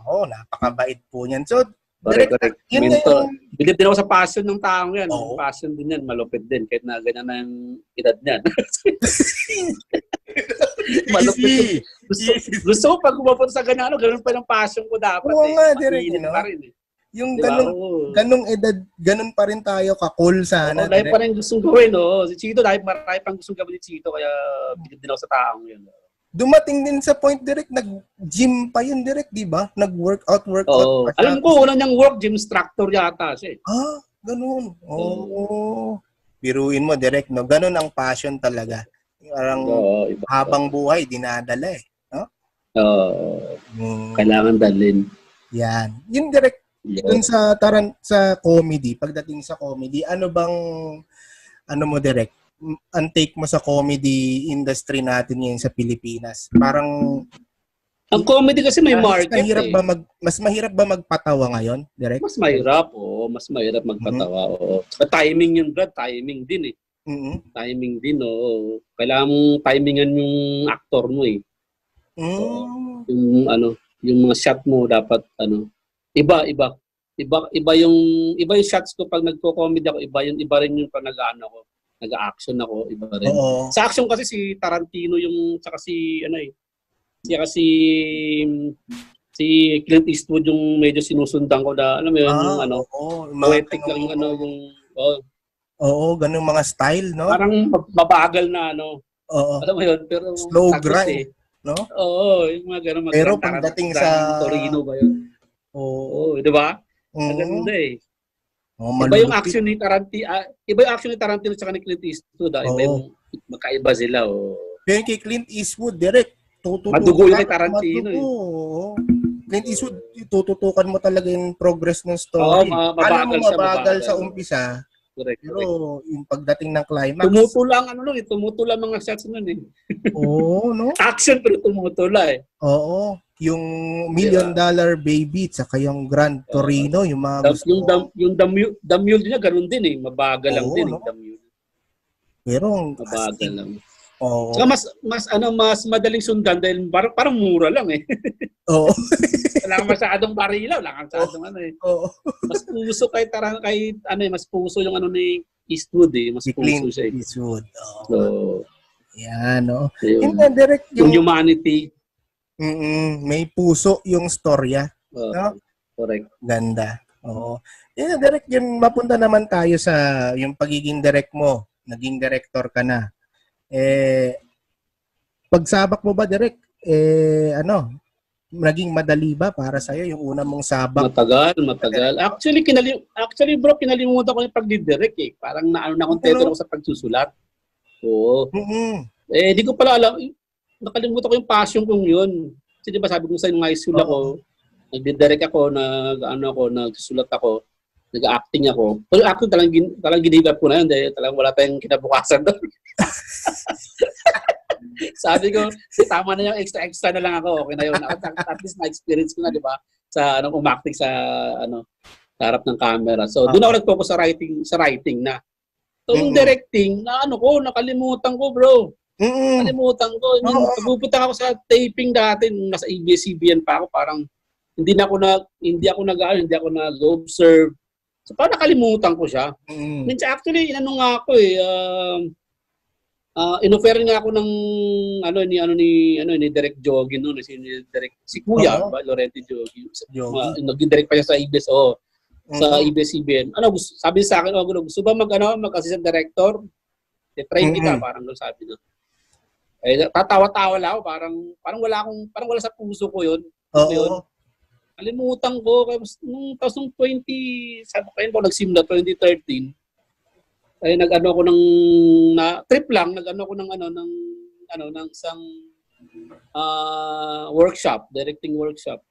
B: Oo, napakabait po niyan. So,
A: Correct,
B: direct,
A: correct.
B: yun na
A: Mentor.
B: yung-
A: Bilib din ako sa passion ng taong yan.
B: Oo.
A: Passion din yan, malupit din. Kahit na ganyan na yung edad niyan. malupit.
B: Easy.
A: Gusto, gusto ko pag pumapunta sa ganyan, ano, ganun pa yung passion ko dapat.
B: Oo
A: eh.
B: nga, Direk,
A: Matilin
B: no?
A: pa rin eh.
B: Yung
A: Diba?
B: ganun,
A: Oo.
B: ganung edad, ganun pa rin tayo kakul
A: Oo,
B: sana.
A: dahil
B: direct.
A: pa rin gustong gawin, no? Si Chito, dahil marami pang gustong gawin ni Chito, kaya bilib din ako sa taong yun.
B: Dumating din sa point direct, nag-gym pa yun direct, di ba? Nag-workout, workout.
A: Oo.
B: pa siya.
A: Alam ko, unang niyang work, gym instructor yata siya. eh.
B: Ah, ganun. Oo. Biruin mo direct, no? Ganun ang passion talaga. Parang
A: Oo, iba.
B: habang buhay, dinadala eh.
A: Oo,
B: Mm,
A: kailangan dalhin.
B: yan. Yung direct dun sa taran sa comedy, pagdating sa comedy, ano bang ano mo direct? Mm, Ang take mo sa comedy industry natin ngayon sa Pilipinas. Parang
A: Ang comedy kasi may market.
B: mas mahirap
A: eh.
B: ba mag mas mahirap ba magpatawa ngayon, direct?
A: Mas mahirap, oo. Mas mahirap magpatawa,
B: Mhm.
A: oo. Tsaka timing yun, Brad. Timing din eh.
B: Mm.
A: Timing din, oo. Kailangan mong timingan yung actor mo eh.
B: Mm.
A: Yung ano, yung mga shot mo dapat, ano. Iba, iba. Iba, iba yung iba yung shots ko pag nagko-comedy ako, iba yung iba rin yung pag nag-ano ko, nag-action ako, iba rin.
B: Oo.
A: Sa action kasi si Tarantino yung saka si ano eh. Siya kasi si Clint Eastwood yung medyo sinusundan ko na alam mo yun, yung ano,
B: oo, Ah, mga
A: poetic lang
B: ganung-
A: yung ano yung oh,
B: Oo, ganung mga style, no?
A: parang mabagal na ano.
B: Oo.
A: Alam mo yun, pero
B: Slow
A: tapos
B: grind,
A: eh.
B: no?
A: Oo, yung mga ganun mga
B: Pero
A: grand- grand-
B: pagdating
A: grand
B: sa-
A: Torino ba yun?
B: Oo.
A: Oo, di ba?
B: Mm. Oh,
A: Ganun na eh.
B: Oo,
A: Iba yung
B: malulupit.
A: action ni Tarantino, ah, iba yung action ni Tarantino sa ni Clint Eastwood, ah. iba
B: Oo.
A: yung magkaiba sila. Oh.
B: Pero yung kay Clint Eastwood, direct, tututukan.
A: Madugo yun kay Tarantino, eh.
B: Madugo, oo. Clint Eastwood, tututukan mo talaga yung progress ng
A: Oo,
B: story.
A: ma-
B: Alam mo,
A: mabagal siya,
B: mabagal sa
A: mabagal.
B: umpisa,
A: Correct, correct.
B: pero yung pagdating ng climax,
A: Tumutula ang ano nun eh, tumutula ang mga shots nun eh.
B: oo, no?
A: Action pero tumutula eh.
B: Oo. Yung Million Dollar Baby, tsaka yung Grand Torino, yung mga
A: Da-
B: gusto
A: yung
B: ko.
A: Diba? dam, yung damul, damul niya ganun din eh, mabagal lang
B: Oo,
A: din
B: no?
A: eh, damul.
B: Pero ang
A: Mabagal lang.
B: Oo.
A: Saka mas, mas, ano, mas madaling sundan dahil parang, parang mura lang eh.
B: Oo.
A: Wala kang masyadong barilaw, wala kang masyadong ano eh.
B: Oo.
A: Mas puso kay Taran, kay, ano eh, mas puso yung ano ni Eastwood eh. Mas
B: Si Clint
A: puso siya eh.
B: Eastwood. Oo.
A: So,
B: Yan, no?
A: yun.
B: Yun na, direct
A: Yung
B: yung,
A: humanity.
B: Mm-mm, may puso yung storya.
A: Oh,
B: No?
A: Correct.
B: Ganda. Oo. Yun na, direct yun, mapunta naman tayo sa yung pagiging direct mo. Naging director ka na. Eh, pagsabak mo ba direct? Eh, ano? Naging madali ba para sa'yo yung una mong sabak?
A: Matagal, matagal. Actually, kinalim actually bro, kinalimutan ko yung pagdidirect eh. Parang naano na kontento
B: Pero-
A: ako sa pagsusulat. Oo.
B: Mm-mm.
A: Eh, di ko pala alam. Nakalimutan ko yung passion kong yun. Kasi di ba sabi ko sa inyo, high school ako, nagdidirect ako, nag, ano ako, nagsusulat ako, nag-acting ako. Pero acting talagang, gin, talagang ginigap ko na yun dahil talagang wala tayong kinabukasan doon. sabi ko, tama na yung extra-extra na lang ako. Okay na yun. At, at least na-experience ko na, di ba? Sa ano, umacting sa, ano, sa harap ng camera. So, doon ako nag-focus sa writing, sa writing na. So, yung
B: Mm-mm.
A: directing, na ano ko, nakalimutan ko, bro
B: Mm-mm.
A: nakalimutan ko. Yung
B: Oo.
A: pupunta ako sa taping dati, nung nasa ABS-CBN pa ako, parang hindi na ako nag hindi ako nag hindi ako nag-observe. So parang nakalimutan ko siya.
B: Mm-mm.
A: Means actually inano nga ako eh um ah, inofferan nga ako ng ano ni ano ni ano ni Direk Jogi noon si ni Direk si Kuya
B: Oo.
A: ba Lorente Jogi.
B: Jogi.
A: Uh, nag-direct pa siya sa ABS oo sa
B: Mm-mm.
A: ABS-CBN. Ano gusto, sabi sa akin, oh, gulo, gusto ba mag, ano, mag-assistant director? Eh, try kita,
B: Mm-mm.
A: parang doon sabi na. Eh, tatawa-tawa lang ako, parang, parang wala akong, parang wala sa puso ko yun.
B: Oo.
A: Kalimutan ko, kaya mas- nung tapos nung 20, sabi ko yun, nagsimula 2013, ay nag-ano ako ng, na, trip lang, nag-ano ako ng, ano, ng, ano, ng isang ah, workshop, directing workshop.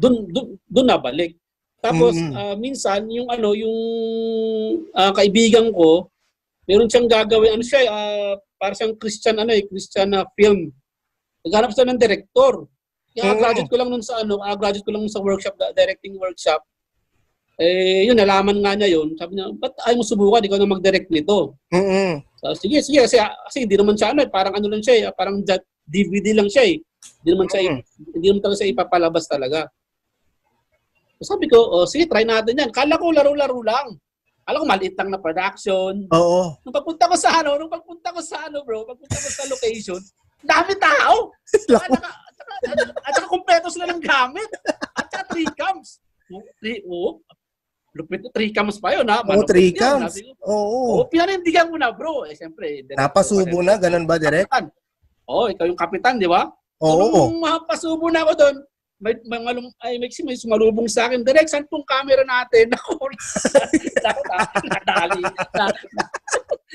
A: Doon, doon, doon nabalik. Tapos,
B: Mm-mm.
A: ah, minsan, yung ano, yung ah, kaibigan ko, meron siyang gagawin, ano siya, ah, para siyang Christian, ano eh, Christian na film. Naghanap siya ng director. Kaya
B: Mm.
A: graduate ko lang nun sa ano, ah, graduate ko lang nun sa workshop, da- directing workshop. Eh, yun, nalaman nga niya yun. Sabi niya, ba't ayaw mo subukan, ikaw na mag-direct nito?
B: Mm-mm.
A: So, sige, sige, kasi, ah, kasi hindi naman siya ano, eh, parang ano lang siya eh, parang da- DVD lang siya eh. Hindi naman siya,
B: Mm.
A: hindi naman talaga siya ipapalabas talaga. So, sabi ko, oh, sige, try natin yan. Kala ko laro-laro lang. Alam ko, maliit lang na production.
B: Oo.
A: Nung pagpunta ko sa ano, nung pagpunta ko sa ano bro, pagpunta ko sa location, dami tao! At
B: Lako.
A: saka, at saka, at saka- at saka kumpleto sila ng gamit. At saka three cams. Oh, Three, oh, lupit na three cams pa yun ha.
B: Oo, Oh, three
A: Malupit yun.
B: counts.
A: Sabi ko,
B: Oo.
A: Oh, pinanindigan mo na bro. Eh, siyempre. direct-
B: Napasubo na, ganun ba, direct?
A: Kapitan. Oo, oh, ikaw yung kapitan, di ba?
B: Oo.
A: Nung mapasubo na ako doon, may, may, malum, ay, may, may sumalubong sa akin. Direk, saan pong camera natin? Ako, nadali. na-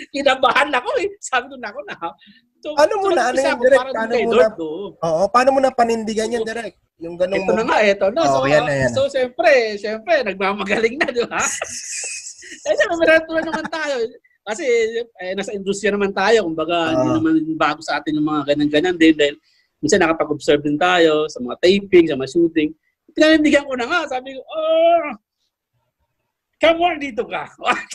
A: Kinabahan ako eh. Sabi ko na ako na. So,
B: Ano muna, ano
A: nag-isa
B: yung
A: ako
B: direct,
A: para dun
B: ano
A: kay
B: muna?
A: Lord, oh. oo.
B: Oo. Paano mo napanindigan yan, direct? Yung
A: Ito
B: ganun mo.
A: na nga, ito na.
B: Oo,
A: so,
B: yan
A: ah,
B: na, yan
A: so, siyempre, siyempre, nagmamagaling na, di ba? eh, siyempre, meron naman tayo. Kasi, eh, nasa industriya naman tayo. Kumbaga, hindi
B: Oo.
A: naman bago sa atin yung mga ganyan-ganyan din. Dahil, minsan nakapag-observe din tayo sa mga taping, sa mga shooting. Pinanindigan ko na nga. Sabi ko, oh, come on, dito ka.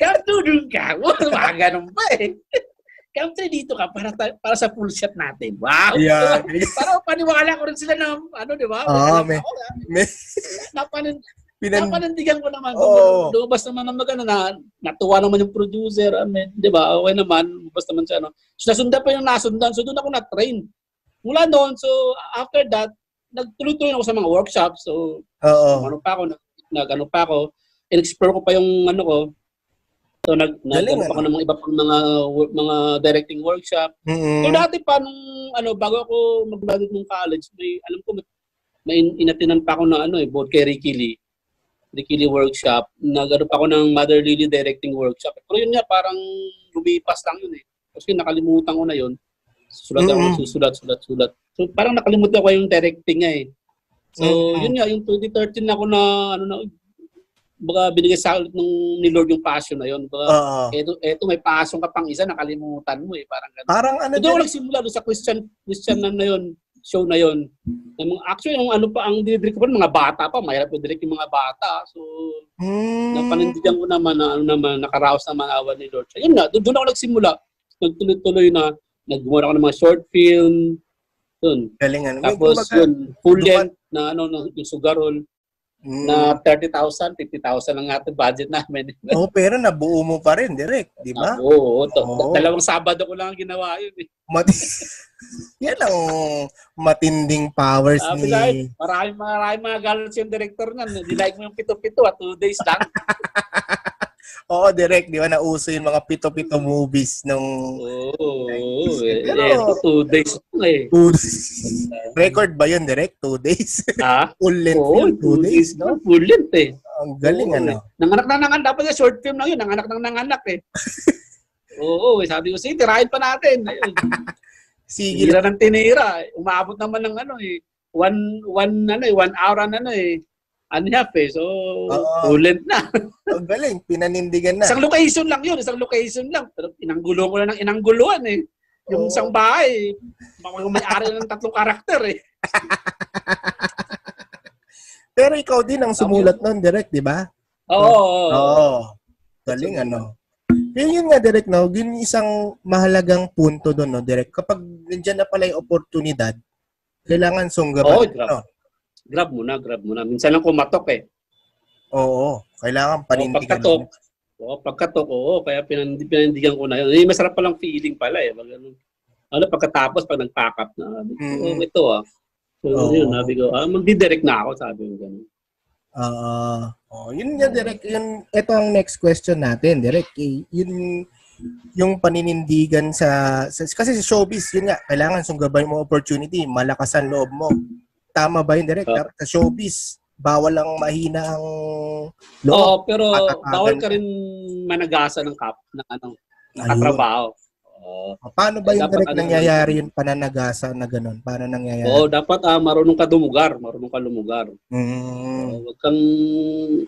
A: come to dun ka. Mga ganun pa eh. Come to dito ka para, ta- para sa full shot natin. Wow!
B: Yeah.
A: Parang paniwala ko rin sila na, ano, di ba?
B: Oo,
A: May-
B: may-
A: ako, ah,
B: May,
A: napanin,
B: pinan,
A: napanindigan ko naman.
B: Oo.
A: Oh. Lumabas naman ng magano na, natuwa naman yung producer, I mean, di ba? Okay naman, lumabas naman siya. No? So, nasundan pa yung nasundan, so doon ako na-train. Mula noon, so after that, nagtuloy-tuloy ako sa mga workshops. So,
B: oo.
A: ano pa ako, nag, nag- ano pa ako, in-explore ko pa yung ano ko. So, nag, nag ano
B: Galing,
A: pa
B: ano?
A: ako ng mga iba pang mga, wo- mga directing workshop. So
B: Mm-mm.
A: dati pa nung ano bago ako mag-graduate ng college, may alam ko may- may in- inatinan pa ako na ano eh, board kay Ricky Lee. Ricky Lee workshop. Nagano pa ako ng Mother Lily directing workshop. Pero yun nga parang lumipas lang yun eh. Kasi nakalimutan ko na yun. Sulat ako,
B: Mm-mm.
A: susulat, sulat, sulat. So parang nakalimutan ko yung directing nga eh. So
B: Mm-mm.
A: yun nga yung 2013 ako na ano na baka binigay sa akin ng ni Lord yung passion na yun. Baka,
B: Oo.
A: eto, eto may passion ka pang isa nakalimutan mo eh. Parang ganun.
B: Parang ano
A: So, doon ako
B: direct?
A: nagsimula doon sa Christian Christian na, na yun, show na yun. Yung mga, actually, yung ano pa, ang dinidirect ko pa, mga bata pa, mahirap yung direct yung mga bata. So,
B: Mm.
A: napanindigan ko naman na ano naman, nakaraos naman awan ni Lord. So, yun na, doon, doon ako nagsimula. nagtuloy-tuloy na naggumawa ako ng mga short film. Yun.
B: Galing ano. May
A: Tapos
B: kumbaga,
A: yun, full
B: lumat-
A: length na ano, na- yung sugarol
B: mm,
A: na 30,000, 50,000 lang natin budget namin.
B: oh, pero nabuo mo pa rin direct, di ba?
A: Oo, oo, to-
B: Oo.
A: dalawang Sabado ko lang ang ginawa yun. Eh.
B: Mat- Yan ang matinding powers
A: Sabi
B: ni...
A: na, maraming maraming mga galants yung director nun. Nilike mo yung pito-pito at two days lang.
B: Oo, direct, di ba? Nauso yung mga pito-pito
A: Hmm.
B: movies nung...
A: Oo,
B: Nineties.
A: eh,
B: Pero-
A: eh, to two days lang eh.
B: Two Record ba yun, direct? Two days?
A: Ha?
B: Full length
A: Oo,
B: film, two days, no?
A: lang, Full length eh.
B: Ang galing,
A: Oo,
B: ano?
A: eh. Nanganak na nanganak. Dapat yung short film lang yun. Nanganak na nanganak eh. Oo, eh, sabi ko, sige, tirahin pa natin. Ayun.
B: Sige.
A: Tinira ng tinira. eh. Umabot naman ng ano eh. One, one, ano eh, one hour and ano eh. Ano niya, eh. So,
B: Oo.
A: full length na.
B: Ang galing, pinanindigan na.
A: Isang location lang yun, isang location lang. Pero inanggulo ko lang ng inangguluan eh. Yung
B: Oo.
A: isang bahay, baka may-ari ng tatlong karakter eh.
B: Pero ikaw din ang sumulat nun, direct, di ba?
A: Oo.
B: Oo. Galing, ano? Yun, yun nga, direct, no? Yun yung isang mahalagang punto doon, no, direct. Kapag nandyan na pala yung oportunidad, kailangan sunggaban.
A: Oo, grabe.
B: no?
A: Grab mo na, grab mo na. Minsan lang kumatok eh.
B: Oo, kailangan panindigan.
A: pagkatok. Oo, pagkatok, oo. Kaya pinand- pinandigan ko na yun. Eh, masarap palang feeling pala eh. Pag, ano, ano, pagkatapos, pag nag-pack up na, sabi ko,
B: Mm.
A: oh, ito ah. So,
B: Oo.
A: yun, sabi ko, ah, magdidirect na ako, sabi ko ganun.
B: Ah, oh, yun nga direct, yun ito ang next question natin, direct. Y- Yun yung paninindigan sa, sa kasi sa showbiz, yun nga, kailangan sunggaban mo opportunity, malakas ang loob mo. Tama ba yun direct?
A: Ah.
B: Sa showbiz, bawal ang mahina ang loob.
A: Oo, pero
B: Patatagan
A: bawal
B: ka.
A: ka rin managasa ng kap, ng ano, ng
B: Ayun.
A: katrabaho. Oo.
B: Paano
A: Eh,
B: ba yun
A: dapat
B: direct
A: ano-
B: nangyayari yung pananagasa na ganun? Paano nangyayari?
A: Oo, dapat ah, marunong ka dumugar, marunong ka lumugar.
B: Mm.
A: Oo, Huwag kang,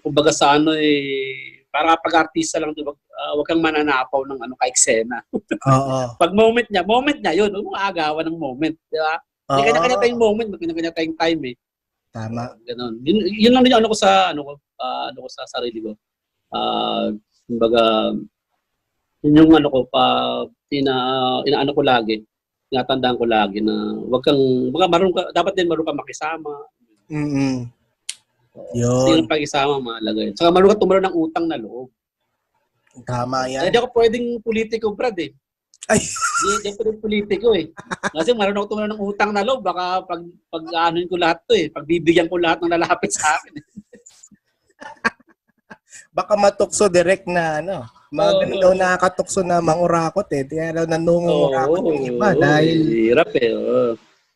A: kumbaga sa ano eh, para kapag artista lang, diba, ah, huwag kang mananapaw ng ano, ka-eksena.
B: Oo.
A: Pag moment niya, moment niya yun, huwag mong aagawan ng moment. Di ba? May kanya-kanya
B: Oo.
A: tayong moment, may kanya-kanya tayong time eh.
B: Ah. Tama.
A: Ganun. Yun, yun lang din yung ano ko sa, ano ko, ah, ano ko sa sarili ko. Ah, kumbaga, yun yung ano ko, pa, ina, inaano ko lagi, tinatandaan ko lagi na wag kang, baka marunong ka, dapat din marunong ka makisama,
B: Mm.
A: Yun
B: Yun,
A: ang pag-isama mahalaga yun. Saka marunong ka tumulong ng utang na loob.
B: tama
A: Kaya
B: yan.
A: di ako pwedeng politiko, Brad eh.
B: Ay.
A: Di, di ako pwedeng politiko eh. Kasi marunong ako tumulong ng utang na loob. Baka pag, pag anuin ko lahat to eh. Pagbibigyan ko lahat ng lalapit sa akin. eh.
B: baka matukso direct na ano. Mga
A: Oo.
B: ganun daw nakakatukso na mangurakot eh. Kaya daw nanungurakot yung iba
A: oo,
B: dahil...
A: eh, Hirap eh. oo.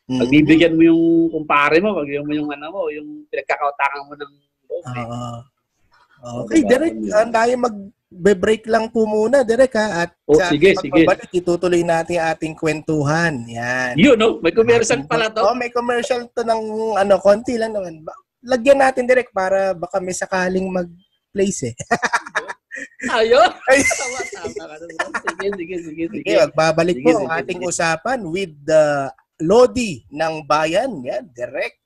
B: Mm,
A: Pagbibigyan mo yung kumpare mo, pagbibigyan mo yung ano mo, yung pinagkakautangan mo ng loob eh.
B: oo. okay,
A: diba?
B: direct. Uh, tayo mag-break lang po muna, direct ha. At
A: Oh, sige, sige.
B: pagbabalik, itutuloy natin ang ating kwentuhan. Yan.
A: Yun, no? May commercial pala to.
B: Oh, may commercial to ng ano, konti lang naman. Ba- Lagyan natin direct para baka may sakaling mag-place eh.
A: Ayun.
B: Ay.
A: Tama, tama. Sige, sige, sige. sige.
B: Okay, magbabalik
A: Sige,
B: po ang
A: sige,
B: ating
A: sige.
B: usapan with the Lodi ng Bayan. Yan, direct.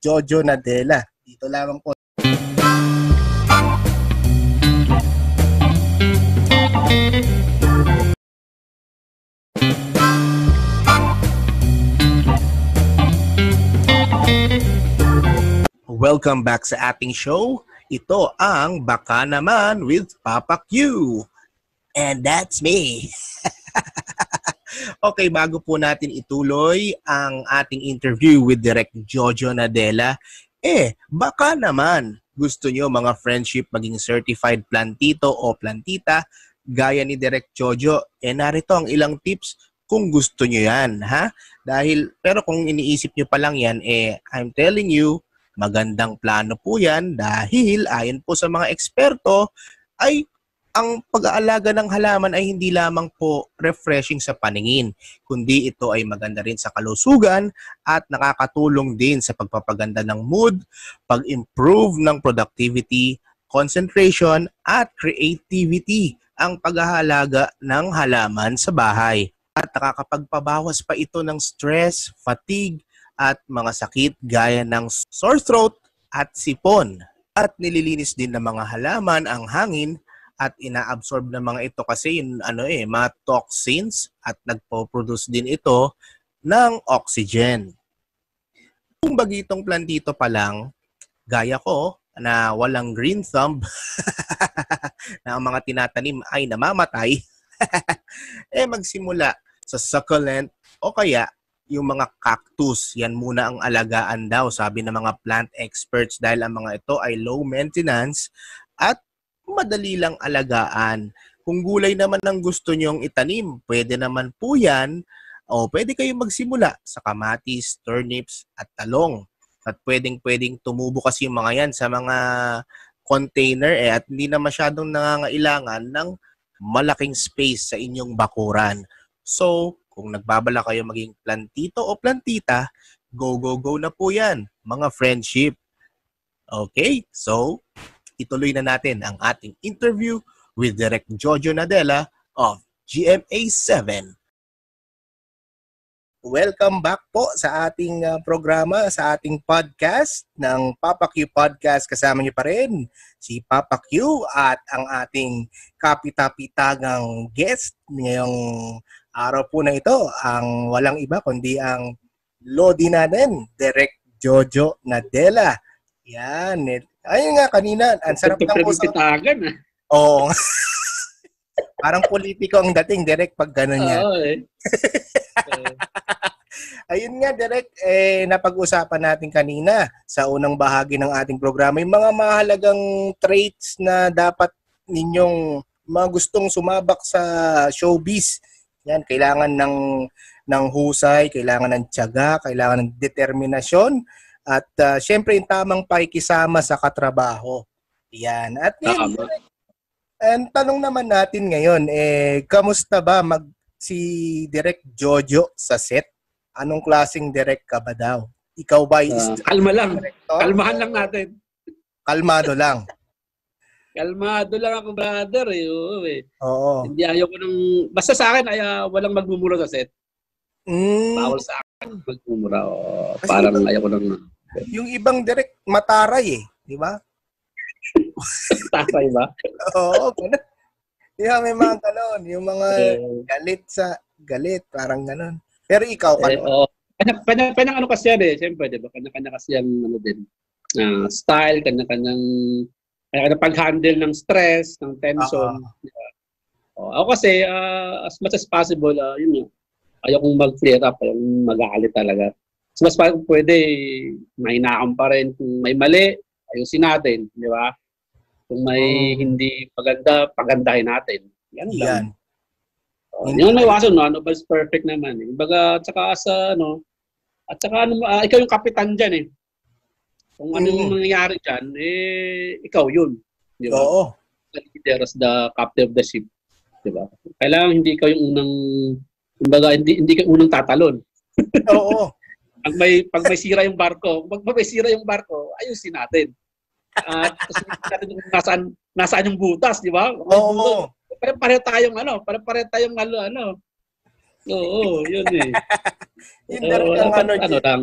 B: Jojo Nadella. Dito lamang po. Welcome back sa ating show. Ito ang Baka Naman with Papa Q. And that's me. okay, bago po natin ituloy ang ating interview with Direct Jojo Nadella, eh, baka naman gusto nyo mga friendship maging certified plantito o plantita gaya ni Direct Jojo. Eh, narito ang ilang tips kung gusto nyo yan, ha? Dahil, pero kung iniisip nyo pa lang yan, eh, I'm telling you, magandang plano po yan dahil ayon po sa mga eksperto, ay ang pag-aalaga ng halaman ay hindi lamang po refreshing sa paningin, kundi ito ay maganda rin sa kalusugan at nakakatulong din sa pagpapaganda ng mood, pag-improve ng productivity, concentration, at creativity ang pag-ahalaga ng halaman sa bahay. At nakakapagpabawas pa ito ng stress, fatigue, at mga sakit gaya ng sore throat at sipon. At nililinis din ng mga halaman ang hangin at inaabsorb ng mga ito kasi yun, ano eh, mga toxins at nagpo-produce din ito ng oxygen. Kung bagitong plantito pa lang, gaya ko, na walang green thumb na ang mga tinatanim ay namamatay, eh magsimula sa succulent o kaya yung mga cactus, yan muna ang alagaan daw, sabi ng mga plant experts dahil ang mga ito ay low maintenance at madali lang alagaan. Kung gulay naman ang gusto nyong itanim, pwede naman po yan o pwede kayong magsimula sa kamatis, turnips at talong. At pwedeng-pwedeng tumubo kasi yung mga yan sa mga container eh, at hindi na masyadong nangangailangan ng malaking space sa inyong bakuran. So, kung nagbabala kayo maging plantito o plantita, go, go, go na po yan, mga friendship. Okay, so ituloy na natin ang ating interview with Direct Jojo Nadella of GMA7. Welcome back po sa ating uh, programa, sa ating podcast ng Papa Q Podcast. Kasama niyo pa rin si Papa Q at ang ating kapitapitagang guest ngayong araw po na ito ang walang iba kundi ang Lodi natin, Direct Jojo Nadella. Yan. eh. Ayun nga, kanina, ang sarap ng usap.
A: Tagan, ah.
B: Oo. Parang politiko ang dating, direct pag gano'n yan.
A: Oo, eh. Eh,
B: Ayun nga, direct, eh, napag-usapan natin kanina sa unang bahagi ng ating programa, yung mga mahalagang traits na dapat ninyong mga gustong sumabak sa showbiz. Yan, kailangan ng, ng husay, kailangan ng tiyaga, kailangan ng determinasyon, at ah, syempre yung tamang pakikisama sa katrabaho. Yan. At ngayon,
A: Tama.
B: Direk, and tanong naman natin ngayon, eh, kamusta ba mag si Direk Jojo sa set? anong klaseng direct ka ba daw? Ikaw ba ay
A: ah, kalma lang.
B: director?
A: Kalmahan lang natin.
B: Kalmado lang.
A: Kalmado lang ako, brother. Eh. Oo, eh.
B: Oo.
A: Hindi ayaw ko ng... Basta sa akin, ay, ah, walang magmumura sa set.
B: Mm,
A: Bawal sa akin magmumura. Oo,
B: Kasi
A: parang
B: ito-
A: ayaw ko ng
B: yung ibang direct mataray eh, di ba?
A: tatay ba?
B: Oo, ganun. Di ba may mga ganun, yung mga
A: Eh,
B: galit sa galit, parang ganun. Pero ikaw ano?
A: eh,
B: kalmado.
A: oo. Kanya- Kanya, kanyang ano kasi yan eh, siyempre, di ba? Kanya-kanya kasi yan, ano din, ah, style, kanya-kanyang, kanya-kanya pag-handle ng stress, ng tension. Oh, ako kasi, ah, as much as possible, ah, yun yun. Ayaw kong mag-flare up, ayaw kong mag-aalit talaga. As much as possible, pwede, may pa rin. Kung may mali, ayusin natin, di ba? Kung may
B: Mm.
A: hindi paganda, pagandahin natin. Yan lang.
B: yan.
A: Oh, yun ang iwasan, no? Ano ba is perfect naman. Eh. Baga, tsaka sa, ano, at tsaka, ano, ah, ikaw yung kapitan dyan, eh. Kung ano yung
B: Mm.
A: nangyayari dyan, eh, ikaw yun. Di ba?
B: Oo.
A: the leader as the captain of the ship. Di ba? Kailangan hindi ka yung unang, kumbaga, hindi, hindi ka unang tatalon.
B: Oo.
A: Pag may, pag may sira yung barko, pag may sira yung barko, ayusin natin. At kasi natin kung nasaan, nasaan yung butas, di ba?
B: Oo.
A: Pare-pareho tayong ano, pare-pareho tayong ano, ano. Oo, yun eh.
B: Yung
A: Oo,
B: direct ang
A: dapat
B: ano,
A: ano lang.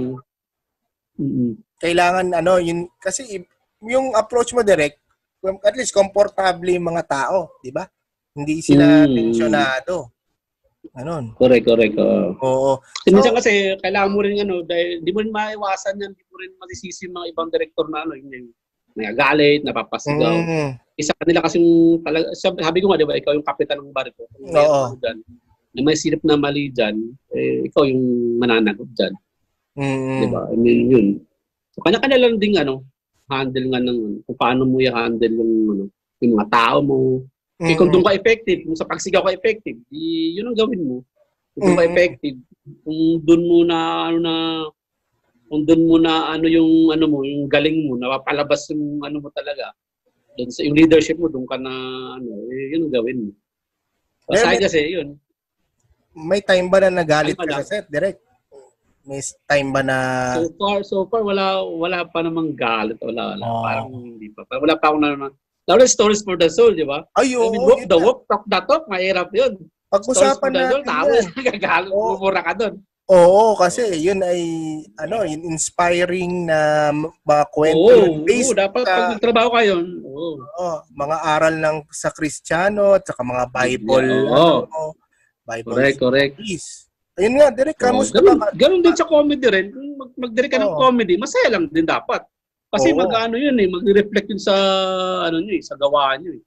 A: Mm-mm.
B: kailangan ano, yun, kasi i- yung approach mo direct, um, at least komportable yung mga tao, di ba? Hindi sila
A: Mm.
B: tensyonado. Ganon.
A: Correct, correct. oo.
B: Oo.
A: Kasi
B: So-
A: minsan kasi kailangan mo rin ano dahil di mo rin maiwasan yan, di mo rin masisisi yung mga ibang director na ano, yun yung nagagalit, napapasigaw.
B: Mm.
A: Isa kanila kasi yung talaga sabi, sabi ko nga di ba ikaw yung kapitan ng barko. Kung may
B: Oo.
A: ano dyan, na may silip na mali diyan, eh, ikaw yung mananagot diyan,
B: Mm.
A: di ba? I mean, yun. So, kanya-kanya lang ding ano, handle nga ng ano, kung paano mo i-handle yung ano, yung mga tao mo,
B: Mm.
A: eh, kung doon ka effective, kung sa pagsigaw ka effective, di, yun ang gawin mo. Kung doon ka
B: Mm.
A: effective, kung doon mo na, ano na, kung doon mo na, ano yung, ano mo, yung galing mo, napapalabas yung, ano mo talaga, doon sa, yung leadership mo, doon ka na, ano, eh, yun ang gawin mo.
B: Pero
A: Kasi
B: may-
A: kasi, yun.
B: May time ba na nagalit
A: Time pa
B: ka
A: lang.
B: sa set direct? May s- time ba na
A: So far, so far, wala, wala pa namang galit, wala, wala.
B: Oh.
A: Parang hindi pa. Parang Wala pa ako na, Lalo stories for the soul, di ba?
B: Ay,
A: I
B: oo,
A: mean, walk
B: yun
A: the
B: na.
A: walk, talk the talk, mahirap yun. Stories
B: Pag-usapan
A: for the
B: natin
A: soul, tao,
B: yan.
A: gagalit,
B: Oo.
A: mumura ka doon.
B: Oo, kasi yun ay ano, yun inspiring na mga kwento
A: Oo,
B: yun based
A: oo, dapat
B: sa-
A: pag nagtrabaho kayo, oo.
B: oo, mga aral ng sa Kristiyano at saka mga Bible.
A: Oo.
B: ano, Bible
A: correct, correct.
B: studies. Ayun nga, direct kamusta
A: ganun,
B: ba? ka-
A: ganun din sa comedy rin. Kung Mag, magdirect ka ng
B: Oo.
A: comedy, masaya lang din dapat. Kasi
B: Oo.
A: mag-ano yun eh, mag-reflect yun sa ano nyo eh, sa gawaan nyo eh.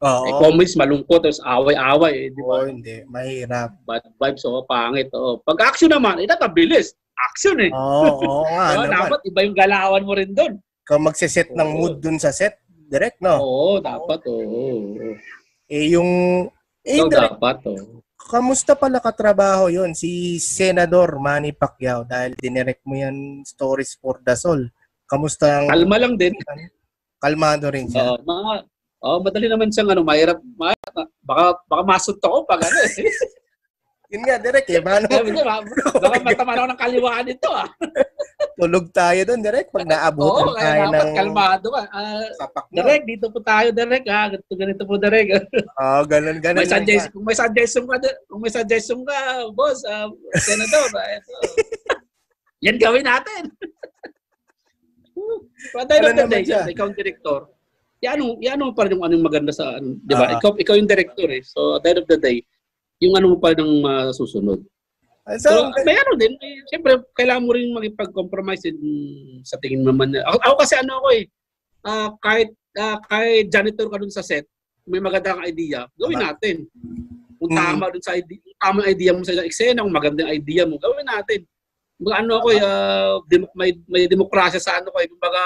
A: Eh,
B: Oo.
A: comedy is malungkot, tapos away-away eh, di ba?
B: Oo, hindi. Mahirap.
A: Bad vibes, oh, pangit. Oh. Pag action naman, eh, nakabilis. Action eh.
B: Oo, oo nga
A: Diba?
B: Ah, naman.
A: dapat iba yung galawan mo rin doon.
B: Kung magsiset ng
A: Oo.
B: mood dun sa set, direct, no?
A: Oo, dapat. Oo, oo.
B: Eh, yung... Eh,
A: Ikaw
B: direct,
A: dapat. Oh.
B: kamusta pala katrabaho yon si Senador Manny Pacquiao dahil dinirect mo yan Stories for the Soul. Kamusta ang...
A: Kalma lang din.
B: Kalmado rin siya.
A: Oo, mga, oh, madali naman siyang ano, mahirap. ma- baka, baka masunto ko pag ano eh.
B: Yun nga, direct eh. Paano
A: Sabi ko, "Ma- baka matamaan ako ng kaliwaan nito ah.
B: tulog tayo doon, direct? Pag naabutan
A: Oo,
B: tayo
A: kaya
B: ng
A: dapat kalmado ka. Ah,
B: sapak mo.
A: Direk, dito po tayo, Direk. Ah, ganito, ganito po, Direk.
B: Oo, ganun, ganun.
A: May
B: lang
A: suggestion, kung may suggestion ka, Direk- kung may suggestion ka, boss, ah, senador, ah, ito. Yan gawin natin. But at the end of
B: Alam
A: the
B: naman
A: day,
B: siya.
A: ikaw ang director. Yan ang, yan ang pa rin yung anong maganda sa, ano, di ba?
B: Ah.
A: ikaw, ikaw yung director eh. So, at the end of the day, yung ano mo pa rin ang masusunod.
B: yan. Ah, So,
A: So, may ano din, may- siyempre, kailangan mo rin magipag-compromise din sa tingin naman. na- Ako, ako kasi ano ako eh, ah, kahit, ah, kahit janitor ka dun sa set, may maganda kang idea, gawin
B: Tama.
A: natin. Kung
B: Mm.
A: tama dun sa idea, kung tama ang idea mo sa isang eksena, kung maganda yung idea mo, gawin natin. Mga ano ako, eh, ah, dem- may, may demokrasya sa ano ko, eh. kumbaga,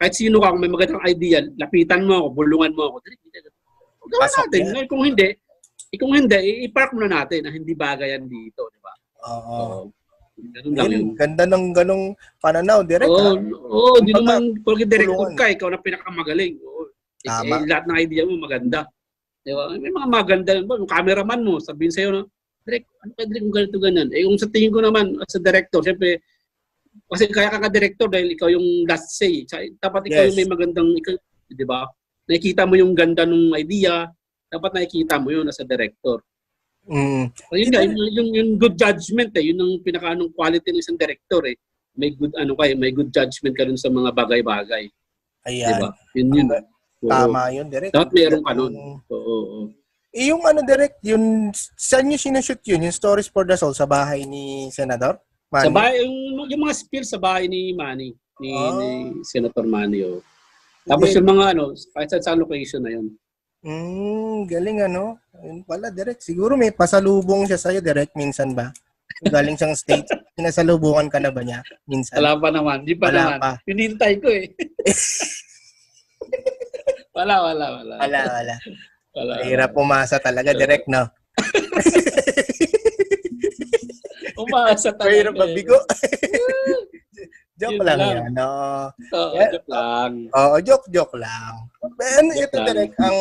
A: kahit sino ka, kung may magandang idea, lapitan mo ako, bulungan mo ako. Gawin
B: Pasok
A: natin.
B: yan.
A: Ngayon, Kung hindi, eh, kung hindi, i- i-park muna natin na hindi bagay yan dito, di ba?
B: oo.
A: Oo. Ganun lang yun.
B: Yun, ganda ng ganung pananaw, direct.
A: Oo,
B: ah.
A: oh, di
B: Kumbaga,
A: naman, porque director
B: tulungan.
A: ka, ikaw na pinakamagaling. Oo. Eh,
B: Tama.
A: eh, lahat ng idea mo maganda. Di ba? May mga maganda yun. Yung cameraman mo, sabihin sa'yo na, Direk, ano ka Direk kung ganito ganyan? Eh, kung sa tingin ko naman, as a director, syempre, kasi kaya ka ka-director dahil ikaw yung last say. Sa- Dapat ikaw
B: Yes.
A: yung may magandang, ikaw, di ba? Nakikita mo yung ganda ng idea, dapat nakikita mo yun as a director.
B: Mm.
A: O, Oh, yun nga, yung, yung, yung good judgment eh, yun ang pinakaanong quality ng isang director eh. May good ano kay, may good judgment ka dun sa mga bagay-bagay,
B: Ayan.
A: 'di ba? Yun yun.
B: Ang-
A: Oo.
B: Tama yun, direct.
A: Diba? Dapat meron ka nun. Oo. oo.
B: Eh, yung ano, direct, yun, saan nyo sinashoot yun? Yung Stories for the Soul sa bahay ni Senador?
A: Sa
B: Manny?
A: bahay, yung, yung mga spill sa bahay ni Manny, ni,
B: Ah.
A: ni Senator Manny. Oh. Tapos yung mga ano, kahit sa, sa location na yun.
B: Mm, galing ano. Yun pala, direct. Siguro may pasalubong siya sa'yo, direct, minsan ba? Yung Galing siyang state. Pinasalubungan ka na ba niya? Minsan.
A: Wala pa naman, di pa
B: Wala
A: naman.
B: pa.
A: Hinintay ko eh. wala, wala, wala.
B: Wala, wala.
A: wala, wala.
B: Hirap pumasa talaga, direct, no?
A: Umaasa talaga.
B: Mahirap
A: eh.
B: mabigo. joke
A: Yun
B: lang
A: lang.
B: yan, no?
A: eh. Oo,
B: Yeah.
A: joke lang.
B: Oo, joke, joke lang. Pero ito,
A: lang.
B: direct, ang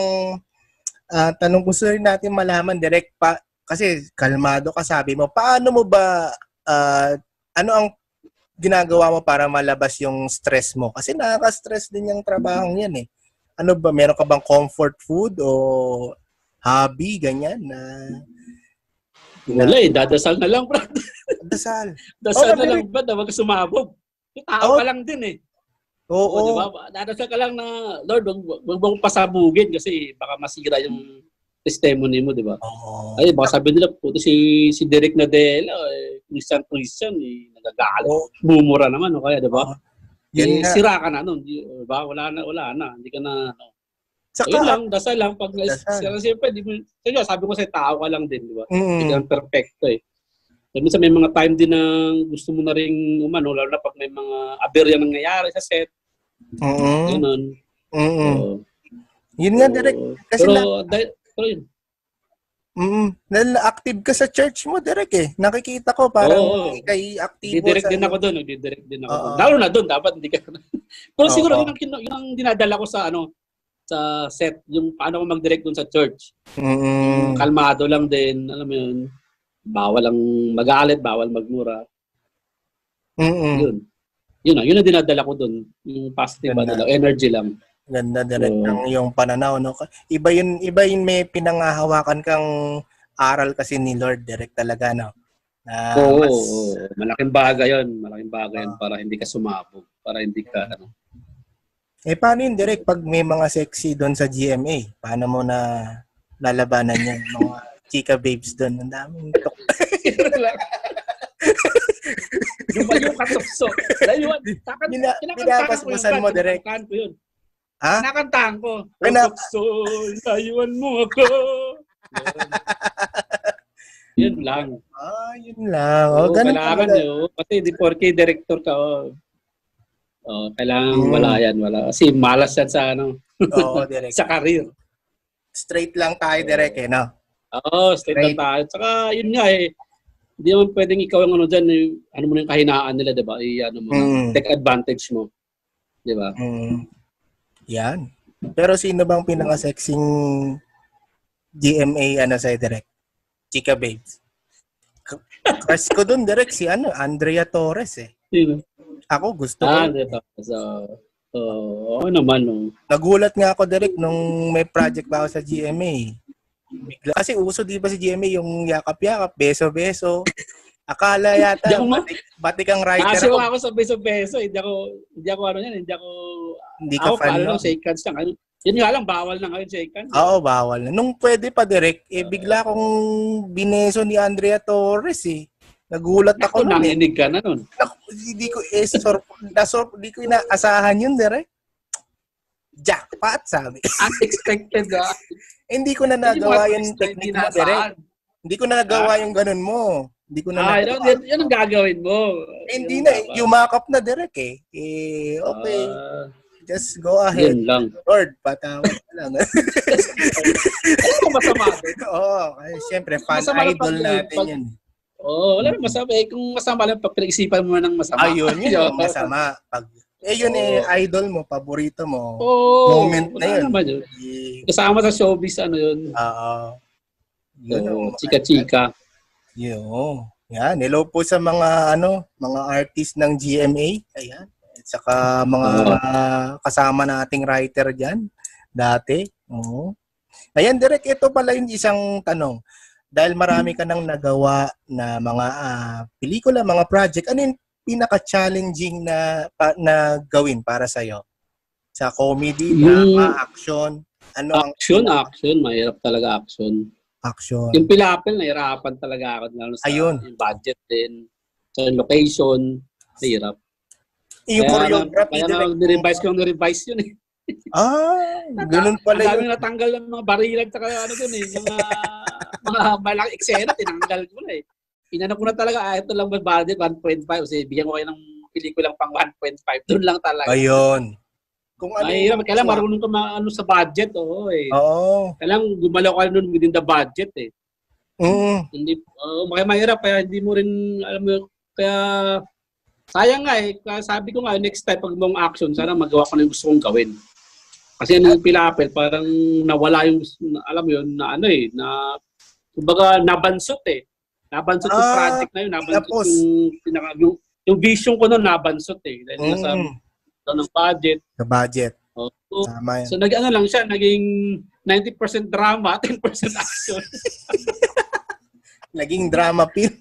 B: ah, tanong gusto rin natin malaman, direct pa, kasi kalmado ka sabi mo, paano mo ba, ah, ano ang ginagawa mo para malabas yung stress mo? Kasi nakaka-stress din yung trabaho yan eh. Ano ba, meron ka bang comfort food o hobby, ganyan na
A: Wala eh, dadasal na lang, bro.
B: dasal?
A: Dasal na
B: Oo, kasi-
A: lang, bro. Huwag sumabog. Tao
B: Oo.
A: ka lang din eh.
B: Oo,
A: Oo, di ba? Dadasal ka lang na, Lord, huwag- huwag mo akong pasabugin kasi baka masira yung testimony mo, di ba?
B: Oo.
A: Ay, baka sabi nila, puto si, si Derek Nadella, eh, Christian Christian, eh, nagagalit.
B: Oo,
A: Bumura naman, o kaya, di ba?
B: Oo.
A: eh,
B: yun nga.
A: sira ka na nun, di di ba? Wala na, wala na. Hindi ka na, ano.
B: Saka,
A: Ayun lang, dasal lang. Pag,
B: Dasal.
A: dasal. Siyempre, di mo, sa'yo, sabi ko sa'yo, tao ka lang din, di ba?
B: mm,
A: Hindi lang perfecto eh. So, minsan may mga time din na gusto mo na rin umano, lalo na pag may mga aberya nangyayari sa set,
B: mm,
A: ganun.
B: mm.
A: Oo.
B: Yun nga, direct.
A: Oo.
B: Kasi
A: pero,
B: na,
A: dahil- pero yun.
B: Mm, dahil active ka sa church mo, Derek eh. Nakikita ko parang
A: Oo.
B: ikay aktibo
A: Didirect
B: sa ano?
A: din ako doon, didirect din ako
B: Oo.
A: doon. Lalo na doon, dapat hindi ka Pero
B: Oo.
A: siguro yun ang, kinu- yun ang dinadala ko sa ano, sa set, yung paano ko mag-direct doon sa church.
B: Mm.
A: Kalmado lang din, alam mo yun. Bawal ang magalit, bawal magmura.
B: Mm.
A: Yun. Yun na, yun ang dinadala ko doon. Yung positive
B: Ganda.
A: ano, energy lang.
B: Ganda Derek
A: Oo.
B: ng yung pananaw no. Iba yun, iba yun may pinangahawakan kang aral kasi ni Lord Derek talaga no. Na Ah,
A: Oo,
B: mas,
A: oo. malaking bagay yun. Malaking bagay
B: Ah.
A: yun para hindi ka sumabog. Para hindi ka, ano.
B: eh, paano yun, Direk, pag may mga sexy doon sa GMA? Paano mo na lalabanan yan? Mga chika babes doon. Ang daming tok.
A: yung ba yung katupso? Layuan. Takan,
B: Bina-
A: kinakantahan ko yun,
B: binabasbasan mo,
A: Brad.
B: Direk.
A: Kinakantahan ko yun.
B: Ha?
A: Kinakantahan ko.
B: Pina-
A: Katupso, layuan mo ako. Yun. yun lang.
B: Ah, yun lang. Oh,
A: Oo,
B: ganun
A: kailangan
B: talaga.
A: yun. Kasi di porke director ka. Oh. Oh, kailangan
B: Mm.
A: wala yan. Wala. Kasi malas yan sa, ano,
B: Oo, Direk.
A: sa career.
B: Straight lang tayo, Direk, eh, no?
A: Oo, straight
B: Right.
A: lang tayo. Tsaka, yun nga eh, hindi naman pwedeng ikaw yung ano dyan, yung, ano mo na yung kahinaan nila, di ba? I, ano mo,
B: Mm.
A: take advantage mo. Di ba?
B: Mm. Yan. Pero sino bang pinaka-sexing GMA ano sa direct? Chica Babes. K- Crush ko dun direct si ano, Andrea Torres eh.
A: Yun.
B: Ako gusto
A: Ah,
B: ko.
A: dito. So, so, oo naman, oh. no.
B: Nagulat nga ako direct nung may project pa ako sa GMA. Bigla, kasi uso di ba si GMA yung yakap-yakap, beso-beso. Akala yata,
A: Di ako nga-
B: batik, batik ang writer
A: Kasi
B: ako.
A: Ah, ako sa beso-beso, hindi ako, hindi ako ano yan, hindi ako,
B: Hindi ka
A: ako
B: fan
A: paano
B: nun. Ah,
A: lang, shake hands lang. Ano, yun nga lang, bawal na ngayon, shake hands.
B: Oo, bawal. na. Nung pwede pa direct, eh bigla akong bineso ni Andrea Torres eh. Nagulat
A: Ako,
B: ako nun eh.
A: nanginig ka na nun.
B: Naku, Hindi ko eh, sor- nasor- hindi ko inaasahan yun direct. Jackpot, sabi. Eh,
A: Unexpected, ah.
B: hindi ko na nagawa yung technique mo direct. Hindi ko na nagawa yung ganun mo. Hindi ko na
A: Ah, yun,
B: nagawa.
A: yun, yun ang gagawin mo.
B: Eh, Hindi
A: Yun
B: na,
A: dapat.
B: eh. yumakap na direct eh. Eh, okay.
A: Ah,
B: Just go ahead.
A: yun lang.
B: Lord, patawad ka lang.
A: Ano masama doon?
B: Oo, kasi syempre, fan
A: Masama lang
B: idol
A: pag-
B: natin
A: pag-
B: yun.
A: Oo, wala namang masama. Eh, kung masama lang, pag pinag-isipan mo ng masama.
B: Ayun, yun yung masama. Pag, eh, yun eh, idol mo, paborito mo.
A: Oo,
B: Moment na
A: wala
B: yun.
A: naman yun.
B: Eh,
A: Kasama sa showbiz, ano yun.
B: Oo. ah, Yun ang
A: Oo,
B: mga-
A: chika-chika.
B: Yun. Yan. Hello po sa mga, ano, mga artist ng GMA. Ayan. At saka mga
A: Oo.
B: ah, kasama nating writer dyan. Dati. Oo. Ayan, direct, ito pala yung isang tanong. Dahil marami ka nang nagawa na mga ah, pelikula, mga project, ano yung pinaka-challenging na, pa- na gawin para sa'yo? Sa comedy,
A: Yung-
B: drama, action? Ano ang
A: Action, action. Mahirap talaga action.
B: action?
A: Yung pilapil, nahirapan talaga ako. Lalo sa
B: Ayun.
A: yung budget din. Sa yung location, mahirap.
B: Yung choreography,
A: Kaya na,
B: direct.
A: nirevise ko, nirevise yun eh.
B: Ah, ganun
A: Ang
B: pala yun.
A: daming natanggal ng mga barilan tsaka ano dun eh. Mga, mga malaking eksena, tinanggal ko na eh. Inano ko na talaga, ah, ito lang ba budget, 1.5. Kasi bigyan ko kayo ng pelikulang pang 1.5. Doon lang talaga.
B: Ayun. Kung ano
A: Ay,
B: yung-
A: kailangan marunong ka maano sa budget, oo eh.
B: Oh. Oo.
A: Kailangan gumalaw ka nun within the budget eh.
B: Mm.
A: Hindi, oo, kaya mahirap, kaya hindi mo rin, alam mo, yun, kaya sayang nga eh. Kaya sabi ko nga, next time pag mong action, sana magawa ko na yung gusto kong gawin. Kasi ano yung pilapel, parang nawala yung, na- alam mo yun, na ano eh, na, kumbaga, nabansot eh. Nabansot yung
B: Ah,
A: project na yun, nabansot
B: tapos.
A: yung, pinaka, yung, yung vision ko nun, nabansot eh. Dahil nasa
B: Mm.
A: ano, ng budget.
B: Sa budget.
A: Oo.
B: Tama yan.
A: So nag ano lang siya, naging 90% drama, 10% action.
B: Naging drama film.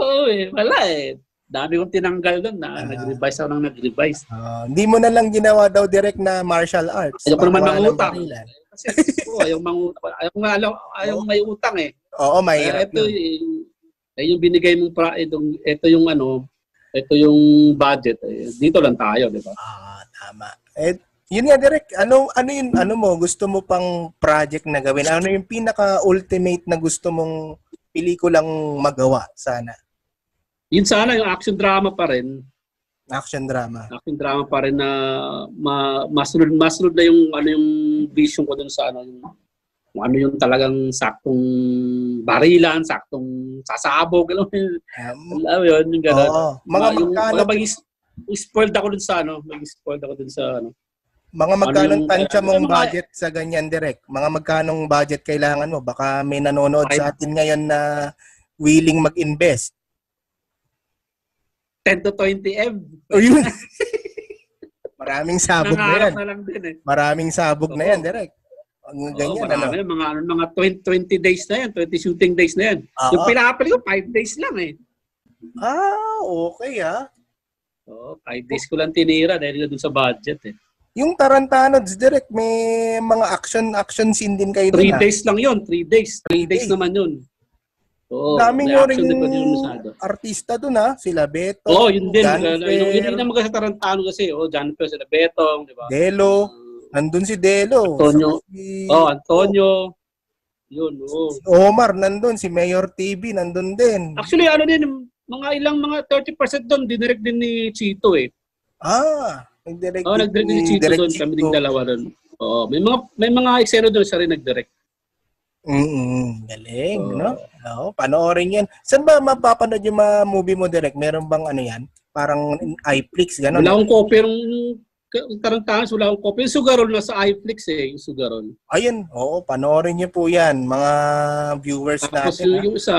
A: Oo eh, wala eh. Dami kong tinanggal doon na
B: Ah.
A: nag-revise ako ng nag-revise.
B: Ah, Hindi mo na lang ginawa daw direct na martial arts.
A: Ayoko naman
B: Pagawa ng
A: mangutang.
B: barilan.
A: Kasi ko, ayaw, mang, ayaw, nga, ayaw, ayaw may utang eh.
B: Oo,
A: Kaya
B: mahirap
A: ito
B: yun.
A: eh, eh, yung binigay mong pra, itong, ito yung ano, ito yung budget. Eh, dito lang tayo, di ba?
B: Ah, tama. Eh, yun nga direct, ano ano yun, ano mo gusto mo pang project na gawin? Ano yung pinaka ultimate na gusto mong pelikulang magawa sana?
A: Yun sana yung action drama pa rin.
B: Action drama.
A: Action drama pa rin na ma, masunod, masunod na yung ano yung vision ko dun sa ano yung kung ano yung talagang saktong barilan, saktong sasabog, alam mo yun.
B: Um,
A: Alam mo yun, yung gano'n.
B: oo. Mga
A: yung,
B: magkano
A: mga maging- yung spoiled ako dun sa ano, maging spoiled ako dun sa ano.
B: Mga magkanong
A: yung-
B: tansya mong
A: Ano mga-
B: budget sa ganyan direct? Mga magkanong budget kailangan mo? Baka may nanonood sa atin ngayon na willing mag-invest.
A: 10 to 20 M.
B: O yun. Maraming sabog na
A: Nangarap
B: yan.
A: na lang din eh.
B: Maraming sabog na yan direct. Ang
A: Oo,
B: ganyan, ano?
A: marami, mga, ano, mga 20, 20 days na yan, 20 shooting days na yan.
B: Oo.
A: Yung pina-apply ko, 5 days lang eh.
B: Ah, okay ah.
A: Oo, 5 days ko lang tinira dahil nga dun sa budget eh.
B: Yung Tarantano, direct, may mga action-action scene din kayo
A: 3
B: dun ah.
A: days lang yun, 3 days. 3 days
B: days.
A: naman yun. Oo,
B: Dami
A: may action
B: nyo rin
A: din pa din masyado.
B: artista dun ah. Sila Beto,
A: Oo, oh, yun din.
B: Ganfer,
A: Yun, yun, yun naman kasi Tarantano kasi. Oo, oh, John Pio, sila Betong, di ba?
B: Delo. Nandun si Delo.
A: Antonio.
B: Saka Si
A: Oo, oh, Antonio. Yun, oh. oo.
B: si Omar, nandun. Si Mayor TV, nandun din.
A: Actually, ano din, mga ilang mga 30% doon, dinirect din ni Chito eh.
B: Ah, nag-direct
A: Oo, oh, nag-direct din si Chito doon, kami din dalawa doon. Oo, may mga may mga eksena doon siya rin nag-direct.
B: Mm, galing,
A: Oo.
B: no? Oo, panoorin yan. Saan ba mapapanood yung mga movie mo direct? Meron bang ano yan? Parang iFlix, gano'n?
A: Wala akong copy ng Tarantans, wala akong copy. Yung Sugarol nasa iFlix eh, yung Sugarol.
B: Ayun, oo, panoorin niyo po yan, mga viewers
A: Tapos
B: natin.
A: yung,
B: ha?
A: yung isa,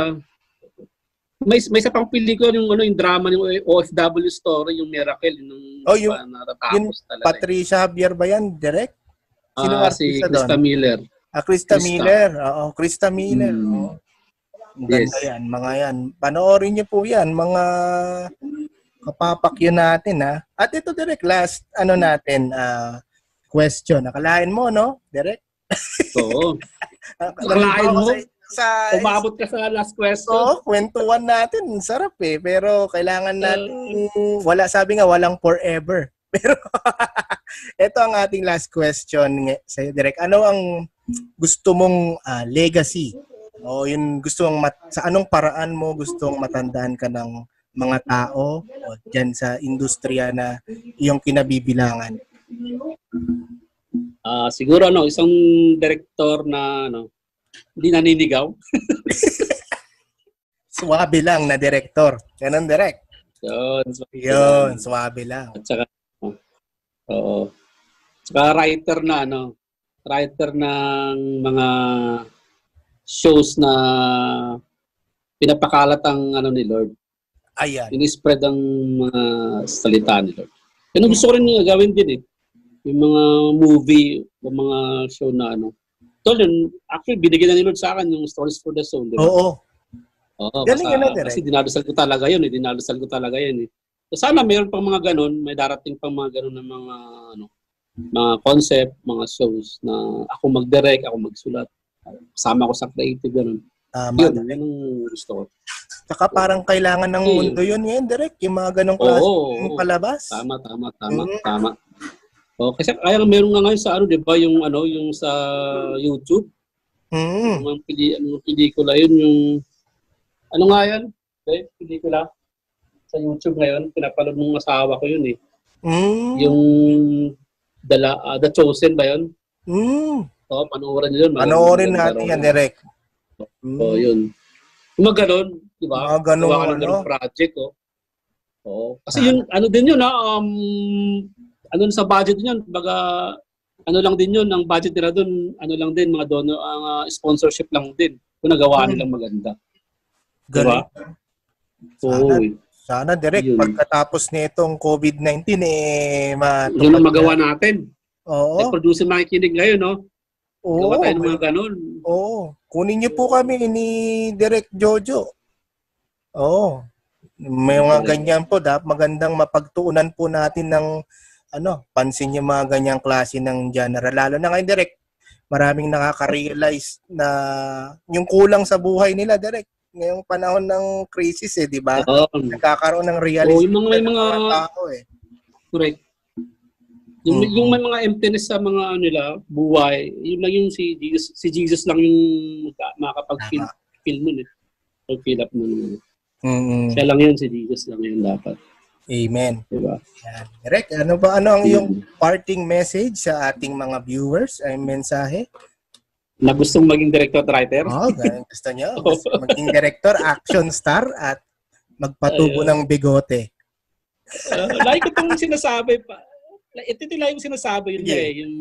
A: may may isa pang pelikula yung ano yung drama ng OFW story yung Miracle yung
B: Oh, yung-
A: pa- natatapos talaga. eh.
B: Patricia Javier ba yan, direct?
A: Ah,
B: Sino
A: si
B: artista doon?
A: Krista Miller.
B: Ah, Krista,
A: Krista.
B: Miller. Oo, Krista Miller.
A: Mm.
B: oo. Ang ganda
A: Yes.
B: yan, mga yan. Panoorin niyo po yan, mga kapapakyo natin, ha? At ito, direct, last, ano natin, ah, question. Nakalain mo, no? Direct?
A: Oo.
B: Nakalain
A: Nakalain mo?
B: Sa, sa
A: Umabot ka sa last question.
B: Oo, kwentuhan natin. Ang Sarap eh. Pero kailangan natin, wala, sabi nga, walang forever. Pero ito ang ating last question nga- sa'yo, Direk. Ano ang gusto mong ah, legacy? O yun, gusto mong mat- sa anong paraan mo gusto mong matandaan ka ng mga tao o dyan sa industriya na iyong kinabibilangan?
A: Ah, siguro ano, isang director na ano, hindi naninigaw.
B: Suwabe lang na director. Ganon, Direk.
A: Yun.
B: Yun, suwabe lang.
A: At saka, ano, oo. Saka writer na, ano, writer ng mga shows na pinapakalat ang ano ni Lord.
B: Ayan.
A: Ini-spread ang mga salita ni Lord. Yun ang gusto ko rin nga gawin din eh. Yung mga movie, yung mga show na ano. Tol, yun, actually, binigyan na ni Lord sa akin yung Stories for the Soul. Di ba?
B: Oo.
A: Oo,
B: Galing
A: basta-
B: yun, Ate Ray.
A: Kasi dinadasal ko talaga yun eh. Dinadasal ko talaga yun eh. So, sana mayroon pang mga ganun, may darating pang mga ganun ng mga ano, mga concept, mga shows na ako mag-direct, ako magsulat, sama ko sa creative, ganun.
B: Tama.
A: Yun, yun ang gusto ko.
B: Saka parang kailangan ng
A: Hmm.
B: mundo yun ngayon, direct. Yung mga ganong klase
A: Oo,
B: ng
A: oo.
B: palabas.
A: Tama, tama, tama,
B: Mm.
A: tama. O, kasi kaya meron nga ngayon sa ano, di ba, yung ano, yung sa YouTube,
B: Mm.
A: yung mga pili, yung pelikula yun, yung, ano nga yan? Eh, pelikula sa YouTube ngayon, pinapanood ng asawa ko yun eh.
B: Mm.
A: Yung dala, ah, The Chosen ba yun?
B: Mm.
A: Oo, panoorin nyo yun. Maganda-
B: Panoorin
A: maganda
B: natin
A: raw
B: yan, direct. Mm.
A: Oo, yun. Yung mga ganun, di ba?
B: Mga ganun,
A: Gawa ka ng
B: ano? Ah.
A: ganung project, oh. Oo. Kasi yun, ano din yun, ha? Um, ano sa budget din yun, baga, ano lang din yun, ang budget nila dun, ano lang din, mga donor, ang ah, sponsorship lang din. Kung nagawa
B: Hmm.
A: nilang maganda. Oo.
B: Ganun. Sana.
A: eh.
B: Sana, direct.
A: diba? Yun.
B: Pagkatapos nitong COVID-19, eh, ma-
A: Yun ang magawa natin.
B: Oo.
A: Oh. Eh, producer makikinig ngayon, no?
B: Oo.
A: Gawa tayo ng mga ganun.
B: Oo. Kunin niyo po kami ni Direct Jojo. Oo. May mga ganyan po. Dapat magandang mapagtuunan po natin ng ano, pansin yung mga ganyang klase ng genre. Lalo na ngayon, Direct. Maraming nakaka-realize na yung kulang sa buhay nila, Direct. Ngayong panahon ng crisis eh, di ba?
A: Oo.
B: Nagkakaroon ng
A: Oo,
B: realization
A: yung mga- yung mga-
B: tao eh.
A: Correct. Yung,
B: Mm.
A: yung may mga emptiness sa mga ano, nila, buhay, yun lang yung si Jesus, si Jesus lang yung maka- makakapag-feel feel nun eh. Or feel up nun.
B: Mm-mm.
A: Siya lang yun, si Jesus lang yun dapat.
B: Amen.
A: Diba?
B: Yan. Direk, ano ba ano ang
A: Mm.
B: iyong parting message sa ating mga viewers? Ay mensahe?
A: Na gustong maging director at writer.
B: Oh, ganun gusto niyo. Gusto maging director, action star at magpatubo ng bigote.
A: Uh, like itong sinasabi pa. like, Ito din lang yung sinasabi yun
B: Yeah.
A: eh. Yung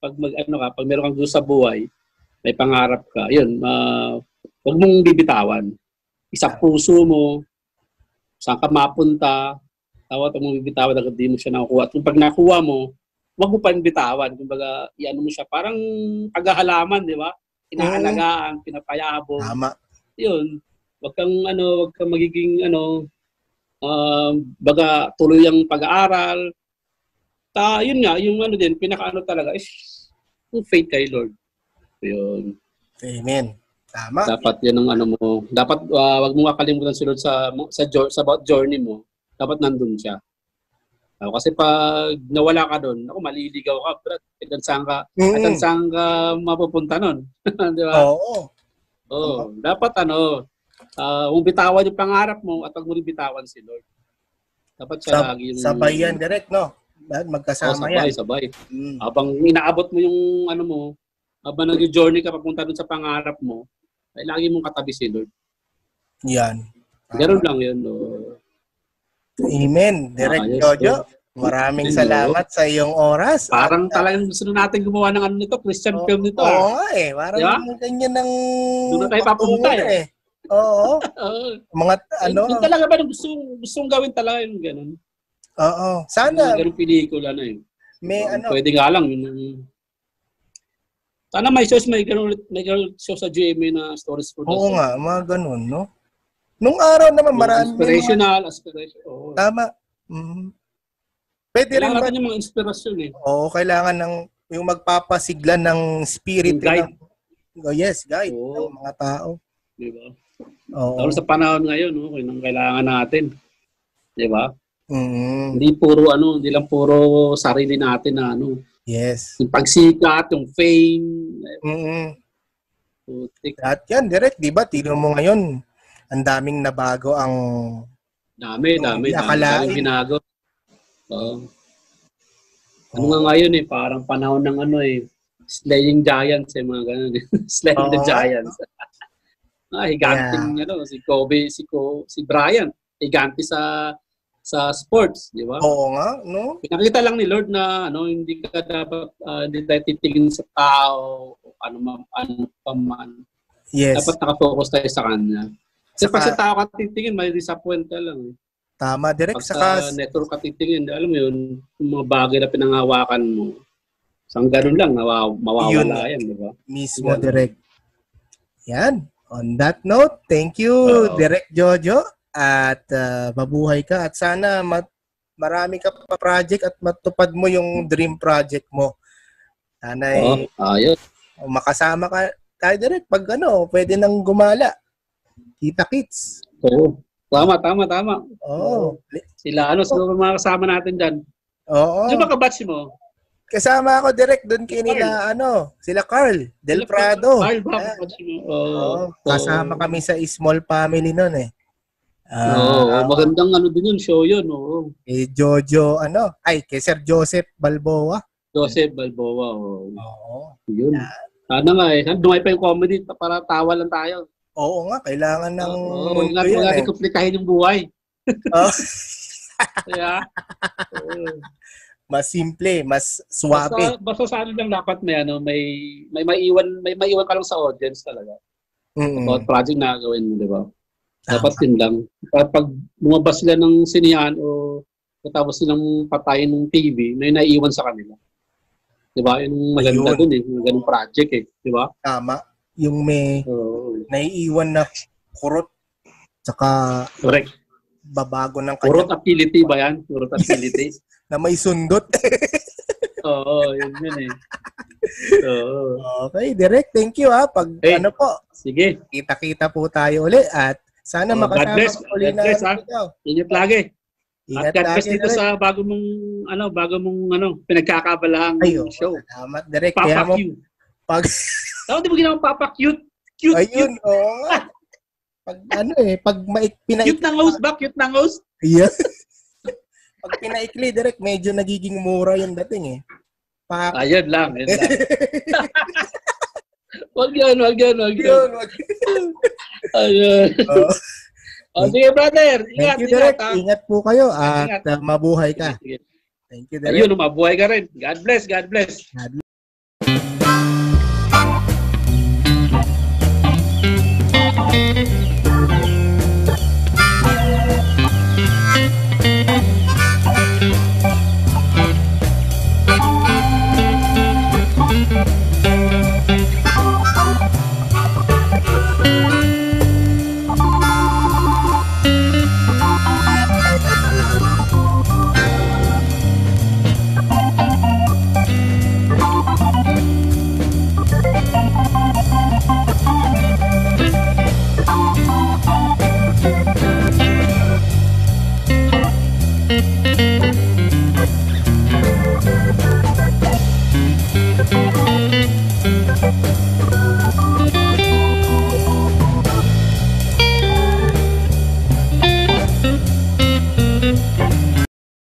A: pag mag, ano ka, pag meron kang gusto sa buhay, may pangarap ka, yun, ma huwag mong bibitawan. Isa puso mo, saan ka mapunta, tawa at mong bibitawan agad di mo siya nakukuha. At kung pag nakuha mo, wag mo panbitawan. Kumbaga, iano mo siya. Parang paghahalaman, di ba? Inaalagaan, pinapayabong.
B: Mm. Tama.
A: Yun. Wag kang, ano, wag kang magiging, ano, um, baga tuloy ang pag-aaral. Ta, yun nga, yung ano din, pinakaano talaga is yung faith kay Lord. Yun.
B: Amen. Tama.
A: Dapat yan ang ano mo. Dapat ah, wag mo kakalimutan si Lord sa sa jour- sa about journey mo. Dapat nandun siya. Ah, kasi pag nawala ka doon, ako maliligaw ka, pero hanggang saan ka, hanggang
B: Mm.
A: saan ka mapupunta noon. 'Di ba?
B: Oo.
A: Oo. dapat ano, uh, kung bitawan yung pangarap mo at huwag mo rin bitawan si Lord. Dapat siya
B: Sab-
A: lagi yung...
B: Sabay yan, direct, no? Dahil
A: Oo,
B: Magkasama
A: sabay,
B: yan.
A: sabay.
B: Mm.
A: Habang inaabot mo yung ano mo, habang nag-journey ka papunta doon sa pangarap mo, ay lagi mong katabi si Lord.
B: Yan. Tama.
A: Ganun lang yun. oo.
B: Amen. Direct,
A: Ayos,
B: Jojo. Maraming
A: Ayos.
B: salamat sa iyong oras.
A: Parang talagang gusto na natin gumawa ng ano nito, Christian
B: Oo,
A: film nito.
B: Oo
A: ah.
B: nga eh. Parang
A: Di ba?
B: ganyan ng...
A: Doon na tayo papunta
B: patungan eh. Oo.
A: Oo.
B: Mga ano.
A: Yun talaga ba yung gusto, gusto kong gawin talaga yung ganun?
B: Oo.
A: Yung
B: Sana
A: ganun pelikula na yun.
B: may
A: Oo,
B: ano.
A: Pwede nga lang. Yun, sana may shows, may ganun, ulit- may ganun show sa GMA na stories for the
B: Oo nga. Mga ganun, no? Nung araw naman marami.
A: Inspirational, aspiration. Oo.
B: Tama. Mm. Pwede rin
A: Kailangan
B: ba?
A: natin yung mga inspirasyon eh.
B: Oo, kailangan ng yung magpapasigla ng spirit.
A: Yung guide.
B: ng- oh, yes, guide
A: Oo.
B: ng mga tao.
A: Di ba?
B: Oo.
A: Lalo sa panahon ngayon, no, yun ang kailangan natin. Di ba?
B: Mm,
A: Hindi puro ano, hindi lang puro sarili natin na ano.
B: yes.
A: Yung pagsikat, yung fame,
B: Mm,
A: putik,
B: lahat yan, direct, di ba? Tino mo ngayon, ang daming nabago ang...
A: dami, dami,
B: Hindi
A: dami,
B: akalain.
A: dami binago. Oo. ano nga ngayon eh, parang panahon ng ano eh, slaying giants eh, mga ganun. eh. slaying the
B: Oo.
A: giants. ah, higanting, ano, si Kobe, si, Ko, si Bryant, higanti sa sa sports, di ba?
B: Oo nga, no?
A: Nakita lang ni Lord na ano hindi ka dapat ah, hindi tayo titingin sa tao o ano man ano pa man.
B: Yes,
A: Dapat nakafocus tayo sa kanya. Kasi
B: Saka-
A: pag sa tao ka titingin, may disappoint ka lang. eh.
B: tama, direct.
A: Pag sa
B: Saka,
A: network ka titingin, alam mo yun, yung mga bagay na pinangawakan mo, isang ganun lang, nawa, mawawala yan, di ba?
B: mismo,
A: Ganun.
B: direct. Yan. On that note, thank you,
A: Oo.
B: Direct Jojo. At ah, mabuhay ka. At sana mat- marami ka pa project at matupad mo yung dream project mo. Sana
A: Oo,
B: eh,
A: ayos.
B: makasama ka tayo direct pag ano, pwede nang gumala. Kita kids.
A: Oo. Tama, tama, tama.
B: Oo. Li-
A: Sila, ano, siguro mga kasama natin dyan.
B: Oo.
A: Sino ba kabatch mo?
B: Kasama ako direct doon kay nila ano, sila Carl Del
A: Sila-
B: Prado.
A: Carl, ba
B: Ah,
A: kabatch mo? Oh, Oo.
B: Oo. Kasama kami sa small family noon eh.
A: Oo, oo,
B: Ah,
A: magandang ano din yun, show yun. oh. Oo.
B: kay Jojo ano, ay kay Sir Joseph Balboa.
A: Joseph Balboa. Oo.
B: Oo.
A: Yun. Sana nga eh. Sana dumay pa yung comedy para tawa lang tayo.
B: Oo nga, kailangan ng
A: Oo, huwag
B: mundo
A: natin, huwag
B: yan eh. Ah,
A: natin komplikahin yung buhay.
B: Oo.
A: Kaya, oh. oo.
B: Mas simple, mas suwabe.
A: Basta, basta sa ano lang dapat may ano, may may maiwan, may maiwan ka lang sa audience talaga.
B: Mm-mm.
A: Bawat project na gawin mo, di ba?
B: Mm. Tama.
A: Dapat yun lang. Pag, pag lumabas sila ng sinihan o katapos silang patayin ng TV, may naiiwan sa kanila. Di ba? Yun ang maganda
B: Ayun.
A: dun eh. Yung ganung project eh. Di ba?
B: Tama. Yung may
A: Oo.
B: naiiwan na kurot tsaka
A: correct.
B: babago ng
A: Purot
B: kanya
A: ability ba yan? Purot ability.
B: na may sundot.
A: Oo, yun yun eh. Oo.
B: okay, direct. Thank you ha. Pag
A: Hey.
B: ano po,
A: Sige.
B: kita-kita po tayo uli at sana
A: Oh, God
B: makasama
A: bless.
B: ko uli
A: God
B: na
A: bless, ha?
B: ikaw.
A: Ingat lagi.
B: Ingat
A: At God bless
B: lagi,
A: dito
B: direct.
A: sa bago mong, ano, bago mong, ano, pinagkakabalahang
B: Ay, oo,
A: show.
B: Salamat, direct. Kaya
A: Papa
B: mo
A: Q.
B: pag...
A: Tawag di mo ginawa Papa Cute? Cute,
B: Ayun,
A: cute.
B: oo nga. Pag ano eh, pag maik, pinaik,
A: Cute ng host ba? Cute ng host?
B: Yeah. pag pinaikli, direct, medyo nagiging mura yung dating eh. Pa,
A: Ayun lang. Ah, Yun lang. Wag yan, wag yan, wag yan.
B: yun, wag.
A: Ayun.
B: Oo.
A: O, Ah, sige, brother. Ingat,
B: Thank you,
A: ingat,
B: direct.
A: ha?
B: Ingat po kayo at
A: Ingat.
B: uh, mabuhay ka.
A: Sige.
B: Thank you, direct.
A: Ayun, mabuhay ka rin. God bless, God bless.
B: God Music